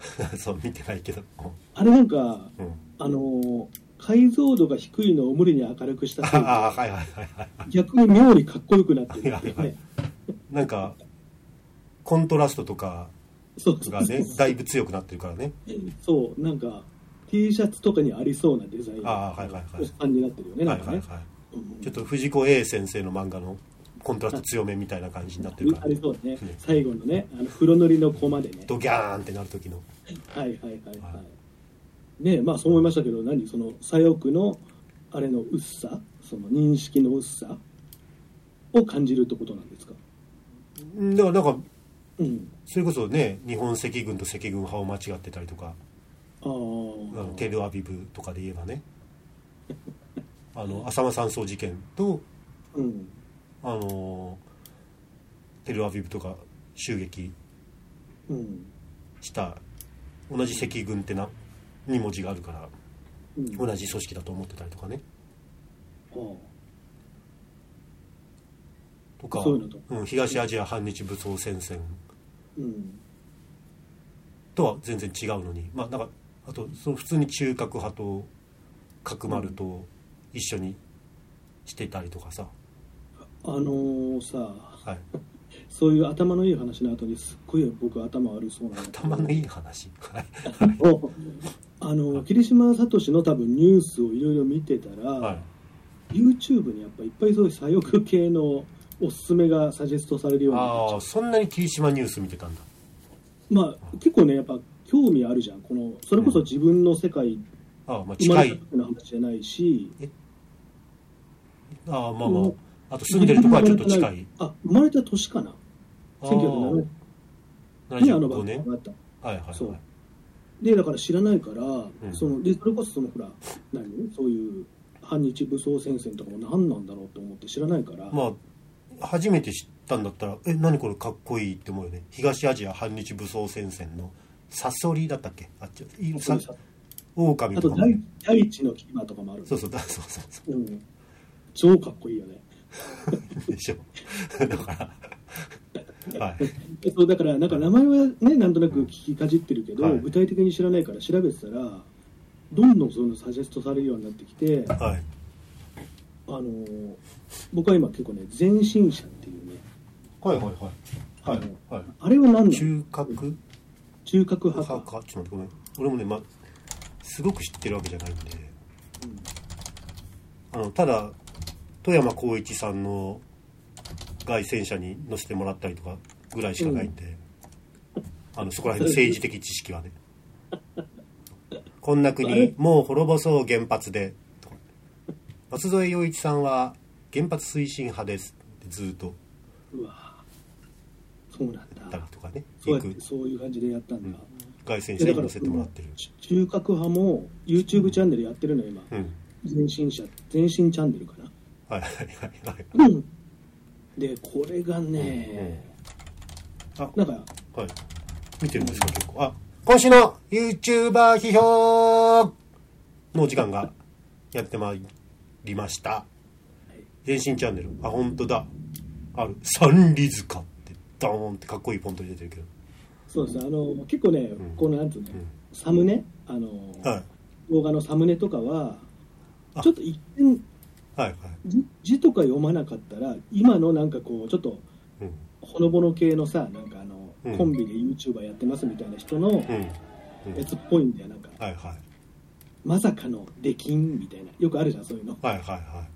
[SPEAKER 1] そう見てないけど
[SPEAKER 2] あれなんか
[SPEAKER 1] うん
[SPEAKER 2] あのー解像度が低いのを無理に明るくしたせいで
[SPEAKER 1] ああはいはいはいはい
[SPEAKER 2] 逆に妙にかっこよくなってるってい
[SPEAKER 1] は
[SPEAKER 2] う
[SPEAKER 1] いはい
[SPEAKER 2] ね
[SPEAKER 1] なんかコントラストとか
[SPEAKER 2] そうそ
[SPEAKER 1] が
[SPEAKER 2] う
[SPEAKER 1] ねだいぶ強くなってるからね
[SPEAKER 2] そうなんか T シャツとかにありそうなデザイン
[SPEAKER 1] あーはいはいはい
[SPEAKER 2] 感じになってるよねな
[SPEAKER 1] は
[SPEAKER 2] ん
[SPEAKER 1] い
[SPEAKER 2] か
[SPEAKER 1] はい
[SPEAKER 2] ね
[SPEAKER 1] はい
[SPEAKER 2] うん
[SPEAKER 1] ちょっと藤子 A 先生の漫画のコントラスト強めみたいな感じになってるか
[SPEAKER 2] あ
[SPEAKER 1] ら、ね
[SPEAKER 2] り、そうね
[SPEAKER 1] ね
[SPEAKER 2] 最後のねあの黒塗りのコマでね
[SPEAKER 1] ドギャーンってなる時の
[SPEAKER 2] はいはいはいは。
[SPEAKER 1] はい
[SPEAKER 2] ねえまあそう思いましたけど何その左翼のあれの薄さその認識の薄さを感じるってことなんですか。
[SPEAKER 1] うんだからなんか
[SPEAKER 2] うん。
[SPEAKER 1] それこそね日本赤軍と赤軍派を間違ってたりとか
[SPEAKER 2] あ
[SPEAKER 1] あの
[SPEAKER 2] あ。
[SPEAKER 1] テルアビブとかで言えばねあの浅間山荘事件と
[SPEAKER 2] うん。
[SPEAKER 1] あのテルアビブとか襲撃
[SPEAKER 2] うん。
[SPEAKER 1] した同じ赤軍ってな2文字があるから
[SPEAKER 2] うん。
[SPEAKER 1] 同じ組織だと思ってたりとかね
[SPEAKER 2] あー
[SPEAKER 1] とか
[SPEAKER 2] そういうのと
[SPEAKER 1] うん、東アジア反日武装戦線
[SPEAKER 2] うん。
[SPEAKER 1] とは全然違うのにまあなんかあとその普通に中核派と角丸と一緒にしてたりとかさ、
[SPEAKER 2] あのーさ
[SPEAKER 1] はい、
[SPEAKER 2] そういう頭のいい話の後にすっごい僕頭悪そうなの
[SPEAKER 1] 頭のいい話はい
[SPEAKER 2] お あのー霧島聡の多分ニュースをいろいろ見てたら、
[SPEAKER 1] はい
[SPEAKER 2] YouTube にやっぱいっぱいそういう左翼系のおすすめがサジェストされるようになっちゃ
[SPEAKER 1] あ
[SPEAKER 2] う
[SPEAKER 1] あそんなに霧島ニュース見てたんだ
[SPEAKER 2] まあ結構ねやっぱ興味あるじゃんこのそれこそ自分の世界
[SPEAKER 1] ああまあ
[SPEAKER 2] 生
[SPEAKER 1] 近
[SPEAKER 2] まれた
[SPEAKER 1] い
[SPEAKER 2] 時の話じゃないし、
[SPEAKER 1] ああまあま
[SPEAKER 2] う
[SPEAKER 1] あ
[SPEAKER 2] ん
[SPEAKER 1] あと住んでるとこはちょっと近い
[SPEAKER 2] あ生まれた年かな
[SPEAKER 1] ああ
[SPEAKER 2] 1970ねあの
[SPEAKER 1] 75
[SPEAKER 2] 番組
[SPEAKER 1] 年
[SPEAKER 2] があった
[SPEAKER 1] はいはいはい
[SPEAKER 2] そうでだから知らないから、
[SPEAKER 1] ん
[SPEAKER 2] そのでそれこそそのほら何そういう反日武装戦線とかも何なんだろうと思って知らないから、
[SPEAKER 1] まあ初めて知ったんだったら「え何これかっこいい」って思うよね東アジア反日武装戦線のサソリだったっけあっちい
[SPEAKER 2] そ
[SPEAKER 1] さ
[SPEAKER 2] うそう
[SPEAKER 1] オオカミ
[SPEAKER 2] あ
[SPEAKER 1] と
[SPEAKER 2] と
[SPEAKER 1] かも
[SPEAKER 2] 第第一の牙とかもある
[SPEAKER 1] そうそうだそうそうそ
[SPEAKER 2] うん、超かっこいいよね
[SPEAKER 1] うでしょだからはい
[SPEAKER 2] そうだからなんか名前はねなんとなく聞きかじってるけど、
[SPEAKER 1] はい
[SPEAKER 2] 具体的に知らないから調べてたらどんどんそういうのサジェストされるようになってきて、あ
[SPEAKER 1] はい
[SPEAKER 2] のー僕は今結構ね前進者っていうね
[SPEAKER 1] はいはいはいはいは
[SPEAKER 2] あれは何なの
[SPEAKER 1] い
[SPEAKER 2] 中
[SPEAKER 1] 中核
[SPEAKER 2] 核派
[SPEAKER 1] 派
[SPEAKER 2] か、
[SPEAKER 1] かちょっと待ってごめん俺もね、ま、すごく知ってるわけじゃないんで
[SPEAKER 2] うん
[SPEAKER 1] あのただ富山光一さんの凱旋者に乗せてもらったりとかぐらいしかないんで、あのそこら辺の政治的知識は ねこんな
[SPEAKER 2] あれ
[SPEAKER 1] 国もう滅ぼそう原発でとか松添洋一さんは原発推進派ですってずっと
[SPEAKER 2] うわそうなん
[SPEAKER 1] 言ったり
[SPEAKER 2] だ
[SPEAKER 1] とかね
[SPEAKER 2] そう
[SPEAKER 1] よ
[SPEAKER 2] やっ
[SPEAKER 1] く
[SPEAKER 2] てそういう感じでやったんだ、
[SPEAKER 1] 凱旋者
[SPEAKER 2] でだ
[SPEAKER 1] に
[SPEAKER 2] から
[SPEAKER 1] 乗せてもらってる
[SPEAKER 2] ち中核派も YouTube チャンネルやってるの今
[SPEAKER 1] うん
[SPEAKER 2] 前進者前進チャンネルかな
[SPEAKER 1] はいはいはいはい
[SPEAKER 2] でこれがね、なんか
[SPEAKER 1] はい。見てるんですか、結構。あ、今週の YouTuber 批評のお時間がやってまいりました。全身チャンネル。あ、本当だ。ある。サンリズカって、ドーンってかっこいいポンと出てるけ
[SPEAKER 2] そうですあの結構ね、
[SPEAKER 1] ん
[SPEAKER 2] このなんつうの、
[SPEAKER 1] ん
[SPEAKER 2] サムネあの、
[SPEAKER 1] ど。はい。
[SPEAKER 2] 動画のサムネとかは
[SPEAKER 1] あ
[SPEAKER 2] ちょっと一見
[SPEAKER 1] はいはい。
[SPEAKER 2] 字字とか読まなかったら今のなんかこうちょっと
[SPEAKER 1] うん。
[SPEAKER 2] ほのぼの系のさなんかあの、
[SPEAKER 1] うん
[SPEAKER 2] コンビで YouTuber やってますみたいな人の
[SPEAKER 1] うん。うん
[SPEAKER 2] やつっぽいんだよなんか、
[SPEAKER 1] はいはい。
[SPEAKER 2] まさかの出禁みたいなよくあるじゃんそういうの
[SPEAKER 1] はいはいは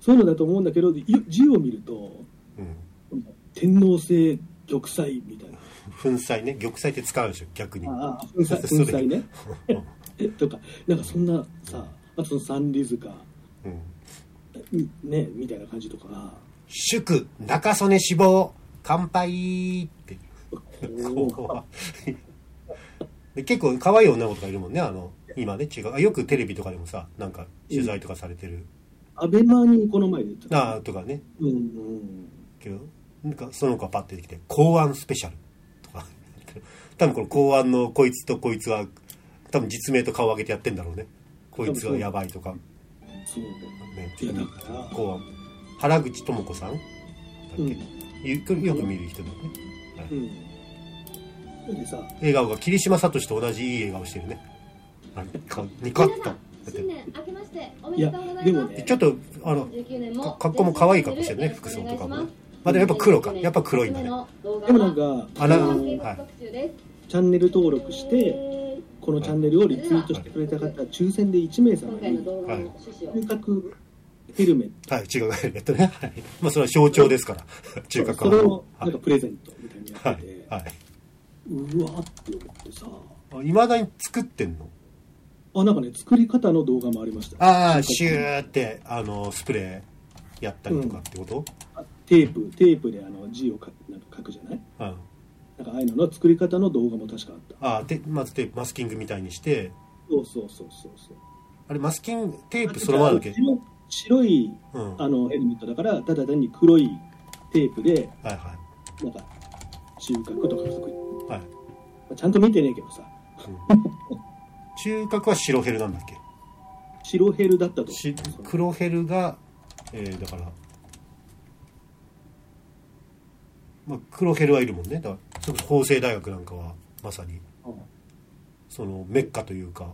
[SPEAKER 2] そういうのだと思うんだけどよ字を見ると
[SPEAKER 1] い。うん。
[SPEAKER 2] 天皇制玉砕みたいな
[SPEAKER 1] 粉砕ね。玉砕って使うでしょ、逆に。
[SPEAKER 2] ああ粉
[SPEAKER 1] そう
[SPEAKER 2] 砕
[SPEAKER 1] そう
[SPEAKER 2] 粉 砕ね
[SPEAKER 1] うん
[SPEAKER 2] えとかなんかそんなさあとそのサンリズカ
[SPEAKER 1] うん。
[SPEAKER 2] みねみたいな感じとかが
[SPEAKER 1] 祝、中曽根死亡、乾杯って。
[SPEAKER 2] こ
[SPEAKER 1] で結構可愛い女の子とかいるもんねあの今ね違うあよくテレビとかでもさなんか取材とかされてる、
[SPEAKER 2] うアベマにこの前で言ってた
[SPEAKER 1] なあとかね
[SPEAKER 2] うんうん
[SPEAKER 1] けどなんかその子がパッて出てきて「公安スペシャル」とか 多分この公安のこいつとこいつは多分実名と顔を上げてやってんだろうねこいつはやばいとか、
[SPEAKER 2] そう
[SPEAKER 1] ね、
[SPEAKER 2] いやだから
[SPEAKER 1] 公安原口智子さんだっけ、
[SPEAKER 2] うん
[SPEAKER 1] ゆっくりよく見る人だよね、はい
[SPEAKER 2] うんそれでさ
[SPEAKER 1] 笑顔が桐島聡と同じいい笑顔してるねあかニコッとだって
[SPEAKER 3] 新年明けましておめ
[SPEAKER 2] い
[SPEAKER 3] で
[SPEAKER 2] や
[SPEAKER 3] とうございま
[SPEAKER 2] で
[SPEAKER 3] す。
[SPEAKER 2] もね
[SPEAKER 1] ちょっとあの
[SPEAKER 3] 19年
[SPEAKER 1] か
[SPEAKER 3] も
[SPEAKER 1] 格好も可愛い格好してるね服装とかもねまあでもやっぱ黒かやっぱ黒いんだね
[SPEAKER 2] で
[SPEAKER 3] で
[SPEAKER 2] もなんか
[SPEAKER 1] あら
[SPEAKER 2] あの
[SPEAKER 1] はい
[SPEAKER 2] チャンネル登録してこのチャンネルをリツイートしてくれた方抽選で1名様
[SPEAKER 3] 今回の
[SPEAKER 2] に
[SPEAKER 3] 動画の趣旨を
[SPEAKER 2] 中核ヘルメッ
[SPEAKER 1] はい、中学やったね。はい。まあ、それは象徴ですから。中
[SPEAKER 2] ト
[SPEAKER 1] 学
[SPEAKER 2] それを
[SPEAKER 1] は
[SPEAKER 2] なんかプレゼントみたいに
[SPEAKER 1] は
[SPEAKER 2] やって
[SPEAKER 1] い
[SPEAKER 2] て。
[SPEAKER 1] はい。
[SPEAKER 2] うわーって思ってさ
[SPEAKER 1] いまだに作ってんの
[SPEAKER 2] あなんかね作り方の動画もありました
[SPEAKER 1] ああ、シューって、あの、スプレーやったりとかってこと
[SPEAKER 2] テープテープであの字を書くなんか書くじゃない
[SPEAKER 1] うん。
[SPEAKER 2] なんかああいうのの作り方の動画も確かあった
[SPEAKER 1] ああ、で、まずテープ、マスキングみたいにして、
[SPEAKER 2] そうそうそうそうそう
[SPEAKER 1] あれ、マスキング、テープそのままだっけ
[SPEAKER 2] 白白い
[SPEAKER 1] うん。は
[SPEAKER 2] あのヘルメットだからただ単に黒いテープで
[SPEAKER 1] いはい。
[SPEAKER 2] なんか中核とか作り
[SPEAKER 1] はい。
[SPEAKER 2] まあちゃんと見てねえけどさ
[SPEAKER 1] 中核は白ヘルなんだっけ
[SPEAKER 2] 白ヘルだったと
[SPEAKER 1] し黒ヘルが、えー、だから、まあ、黒ヘルはいるもんねだからそれこそ法政大学なんかはまさに
[SPEAKER 2] うん
[SPEAKER 1] そのメッカというか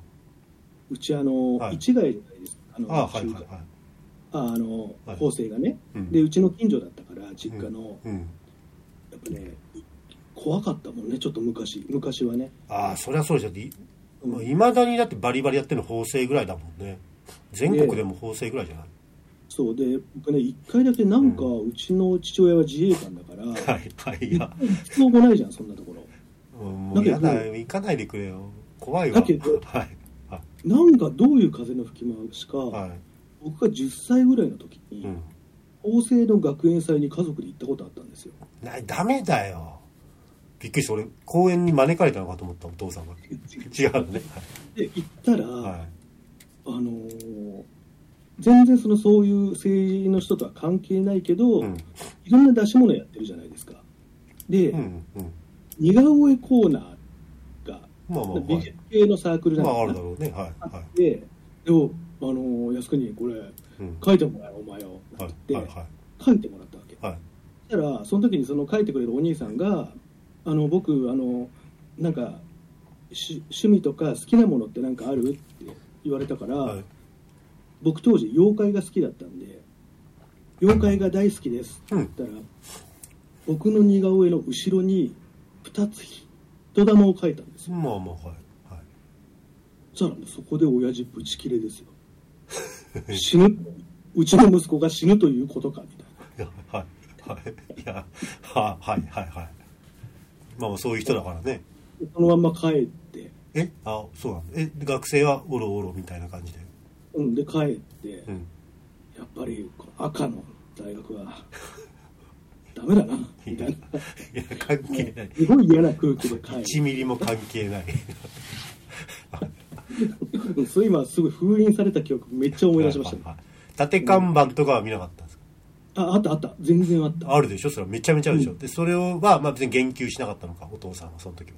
[SPEAKER 2] うちあの、
[SPEAKER 1] はい
[SPEAKER 2] 市街じゃないですかあの
[SPEAKER 1] ああはいはいは
[SPEAKER 2] 中
[SPEAKER 1] い
[SPEAKER 2] 華ああの
[SPEAKER 1] はい
[SPEAKER 2] 縫製がね、
[SPEAKER 1] うん
[SPEAKER 2] でうちの近所だったから実家の、
[SPEAKER 1] うん
[SPEAKER 2] やっぱね怖かったもんねちょっと昔昔はね
[SPEAKER 1] ああそりゃそうじゃんい
[SPEAKER 2] うん
[SPEAKER 1] まあ未だにだってバリバリやってるの法政ぐらいだもんね全国でも法政ぐらいじゃない、
[SPEAKER 2] そうで僕ね一回だけなんか、うちの父親は自衛官だから
[SPEAKER 1] はいはいいや
[SPEAKER 2] 普通もないじゃんそんなところ
[SPEAKER 1] うんもうやだ
[SPEAKER 2] だけ
[SPEAKER 1] 行かないでくれよ怖いわ
[SPEAKER 2] だけど
[SPEAKER 1] はいは
[SPEAKER 2] なんかどういう風の吹き回しか、
[SPEAKER 1] いは
[SPEAKER 2] 僕が10歳ぐらいの時
[SPEAKER 1] い、
[SPEAKER 2] に、
[SPEAKER 1] うん、
[SPEAKER 2] 法政の学園祭に家族で行ったことあったんですよ
[SPEAKER 1] なダメだよびっくりして俺公園に招かれたのかと思ったお父さんが違うのね
[SPEAKER 2] で行ったら、
[SPEAKER 1] はい、はい
[SPEAKER 2] あのー全然そのそういう政治の人とは関係ないけど、
[SPEAKER 1] うん
[SPEAKER 2] いろんな出し物やってるじゃないですかで、
[SPEAKER 1] うんうん
[SPEAKER 2] 似顔絵コーナーが
[SPEAKER 1] まあまあ、
[SPEAKER 2] 美
[SPEAKER 1] はい
[SPEAKER 2] 術、系のサークルな
[SPEAKER 1] ま
[SPEAKER 2] の
[SPEAKER 1] あある
[SPEAKER 2] かな
[SPEAKER 1] だろうねはいはい
[SPEAKER 2] ででもあのー靖国にこれ
[SPEAKER 1] うん
[SPEAKER 2] 書いてもらえよお前を
[SPEAKER 1] は
[SPEAKER 2] っ
[SPEAKER 1] い
[SPEAKER 2] て、
[SPEAKER 1] はいは
[SPEAKER 2] 書いてもらったわけ
[SPEAKER 1] いはい
[SPEAKER 2] そしたらその時にその書いてくれるお兄さんが「あの僕あのなんかし趣味とか好きなものってなんかある?」って言われたから、
[SPEAKER 1] はい
[SPEAKER 2] 僕当時妖怪が好きだったんで「妖怪が大好きです」って
[SPEAKER 1] うん
[SPEAKER 2] 言ったら、僕の似顔絵の後ろに2つ人玉を描いたんですよ
[SPEAKER 1] まあまあはいはい
[SPEAKER 2] そしたらもうそこで親父ブチ切れ ですよ死ぬうちの息子が死ぬということかみたいない
[SPEAKER 1] やはいはいいやははいはいはいまあまあそういう人だからね
[SPEAKER 2] でそのまんま帰って、
[SPEAKER 1] えあそうなんだえ学生はおろおろみたいな感じで
[SPEAKER 2] うん、で帰って、
[SPEAKER 1] うん
[SPEAKER 2] やっぱりこの赤の大学はダメだなみ
[SPEAKER 1] い
[SPEAKER 2] た
[SPEAKER 1] や
[SPEAKER 2] い
[SPEAKER 1] い
[SPEAKER 2] な
[SPEAKER 1] や関係ない
[SPEAKER 2] すごい嫌な空気で帰
[SPEAKER 1] 1ミリも関係ない
[SPEAKER 2] るそう今すごい封印された記憶めっちゃ思い出しましたね、
[SPEAKER 1] はいはい縦看板とかは見なかったんですか
[SPEAKER 2] ああったあった全然あった
[SPEAKER 1] あるでしょそれはめちゃめちゃあるでしょ、でそれをは、まあ、別に言及しなかったのかお父さんはその時は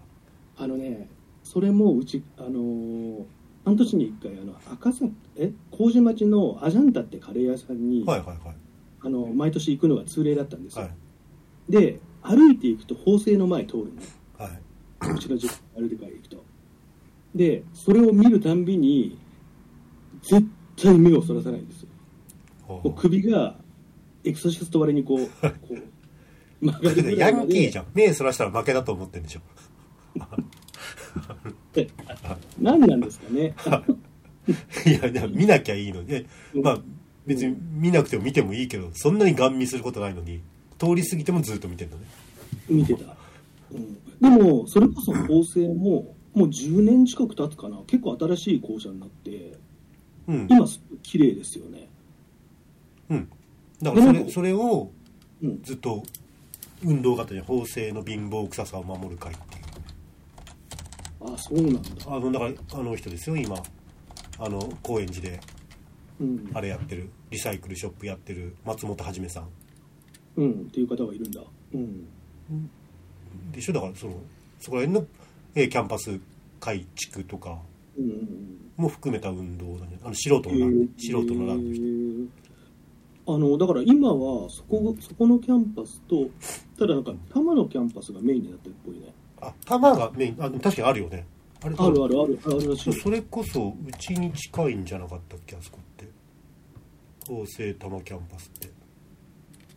[SPEAKER 2] あのねそれもうちあのー半年に1回あの赤坂え麹町のアジャンタってカレー屋さんに、
[SPEAKER 1] はいはいはい
[SPEAKER 2] あの毎年行くのが通例だったんですよ、
[SPEAKER 1] はい
[SPEAKER 2] で歩いて行くと法政の前通るの
[SPEAKER 1] はいう
[SPEAKER 2] ちの実家歩いてから行くと。で、それを見るたんびに、絶対目をそらさないんですよ。
[SPEAKER 1] ほう
[SPEAKER 2] こう首がエクソシスト割にこう、こ う曲がるぐら
[SPEAKER 1] ヤ
[SPEAKER 2] いま
[SPEAKER 1] ンキーじ
[SPEAKER 2] で。
[SPEAKER 1] ゃん目そらしたら負けだと思ってんでしょ
[SPEAKER 2] 何なんですかね。
[SPEAKER 1] いやいや見なきゃいいのにえまあ別に見なくても見てもいいけどそんなにガン見することないのに通り過ぎてもずっと見てんのね
[SPEAKER 2] 見てた。うん、でも、それこそ構成も、もう10年近く経つかな。結構新しい校舎になって、
[SPEAKER 1] うん
[SPEAKER 2] 今すごい綺麗ですよね。
[SPEAKER 1] うんだからそ
[SPEAKER 2] で
[SPEAKER 1] れ
[SPEAKER 2] も
[SPEAKER 1] それを
[SPEAKER 2] うん。
[SPEAKER 1] ずっと運動型に法制の貧乏臭さを守る会っていう
[SPEAKER 2] あ、そうなんだ。
[SPEAKER 1] あのだからあの人ですよ今あの高円寺で
[SPEAKER 2] うん。
[SPEAKER 1] あれやってるリサイクルショップやってる松本はじめさん
[SPEAKER 2] うん。っていう方がいるんだ。うん。
[SPEAKER 1] でしょだからそのそこら辺のえーキャンパス改築とか
[SPEAKER 2] うんうんうん。
[SPEAKER 1] も含めた運動だねあの素人のラン、素人のランの人
[SPEAKER 2] あのだから今はそこそこのキャンパスとただなんか多摩のキャンパスがメインになってるっぽいね
[SPEAKER 1] あ玉がメインあでも確かにあるよねあれ
[SPEAKER 2] あるあるあるあるらし
[SPEAKER 1] そ
[SPEAKER 2] いう
[SPEAKER 1] それこそうちに近いんじゃなかったっけあそこって法政多摩キャンパスって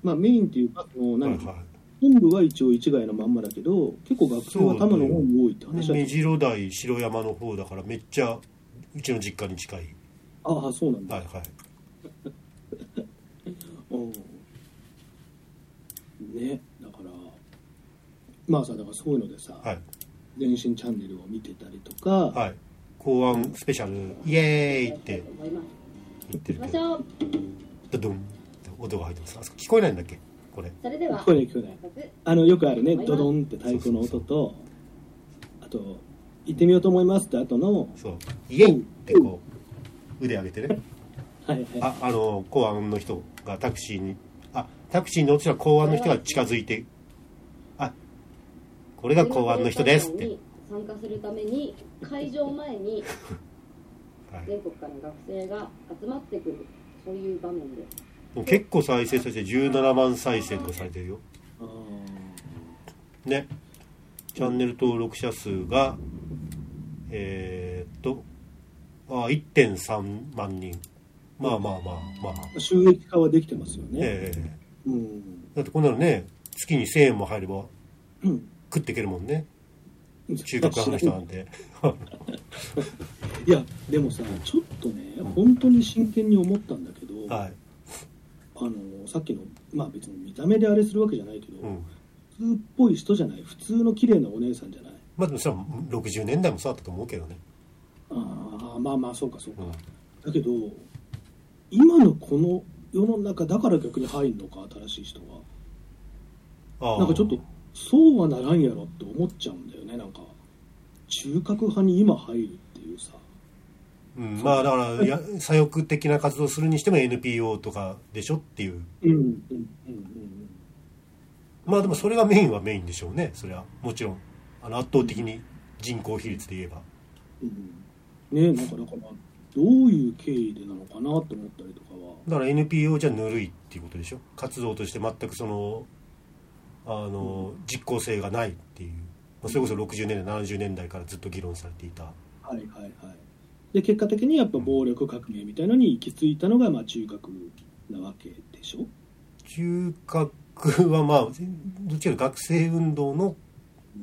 [SPEAKER 2] まあメインっていうかその
[SPEAKER 1] はい
[SPEAKER 2] 何、
[SPEAKER 1] は
[SPEAKER 2] 本部は一応一概のまんまだけど結構学生は多摩の方に多いって
[SPEAKER 1] い
[SPEAKER 2] 話
[SPEAKER 1] で
[SPEAKER 2] は
[SPEAKER 1] 目白台城山の方だからめっちゃうちの実家に近い
[SPEAKER 2] ああそうなんだ、
[SPEAKER 1] はいはい
[SPEAKER 2] うんねだからまあさだからそういうのでさ
[SPEAKER 1] はい
[SPEAKER 2] 「全身チャンネル」を見てたりとか、
[SPEAKER 1] はい公安スペシャルイエーイって
[SPEAKER 3] 思います
[SPEAKER 1] 言ってる
[SPEAKER 3] 行きま
[SPEAKER 1] け
[SPEAKER 3] し
[SPEAKER 1] ど
[SPEAKER 3] ょう
[SPEAKER 1] ドドンって音が入ってますあそこ聞こえないんだっけこれ
[SPEAKER 3] それでは
[SPEAKER 2] 聞こえない聞こえないあのよくあるねドドンって太鼓の音とあと「行ってみようと思います」って後の
[SPEAKER 1] そうイエイってこう腕上げてね
[SPEAKER 2] はいは
[SPEAKER 1] ああの公安の人がタクシーにあタクシーに乗ってたら公安の人が近づいてあこれが公安の人ですって、
[SPEAKER 3] 参加するために会場前に
[SPEAKER 1] はい、
[SPEAKER 3] 全国から学生が集まってくるそういう場面で
[SPEAKER 1] もう結構再生されて17万再生とかされてるよ
[SPEAKER 2] いあ
[SPEAKER 1] ねチャンネル登録者数がえーっとあ1.3万人まあまあまあまあ
[SPEAKER 2] ー収益化はできてますよね、
[SPEAKER 1] ええ
[SPEAKER 2] うん
[SPEAKER 1] だってこんなのね月に1000円も入れば
[SPEAKER 2] うん
[SPEAKER 1] 食っていけるもんね中学派の人なんて
[SPEAKER 2] いやでもさちょっとね本当に真剣に思ったんだけど、
[SPEAKER 1] はい
[SPEAKER 2] あのさっきのまあ別に見た目であれするわけじゃないけど、
[SPEAKER 1] うん
[SPEAKER 2] 普通っぽい人じゃない普通の綺麗なお姉さんじゃない
[SPEAKER 1] まあでもそれは60年代もそうだったと思うけどね、
[SPEAKER 2] ああまあまあそうかそう
[SPEAKER 1] う
[SPEAKER 2] か、
[SPEAKER 1] ん、
[SPEAKER 2] だけど今のこの世の中だから逆に入るのか新しい人は
[SPEAKER 1] ああ
[SPEAKER 2] なんかちょっとそうはならんやろって思っちゃうんだよねなんか中核派に今入るっていうさ
[SPEAKER 1] うん、まあだからや左翼的な活動するにしても NPO とかでしょっていう
[SPEAKER 2] うんうんうんうん
[SPEAKER 1] まあでもそれがメインはメインでしょうねそれはもちろんあの圧倒的に人口比率で言えば
[SPEAKER 2] うんねなんかだからどういう経緯でなのかなと思ったりとかは
[SPEAKER 1] だから NPO じゃぬるいっていうことでしょ活動として全くそのあの実効性がないっていう、まあ、それこそ60年代70年代からずっと議論されていた
[SPEAKER 2] はいはいはいで結果的にやっぱ暴力革命みたいのに行き着いたのがまあ中核なわけでしょ
[SPEAKER 1] 中核はまあどっちかというと学生運動の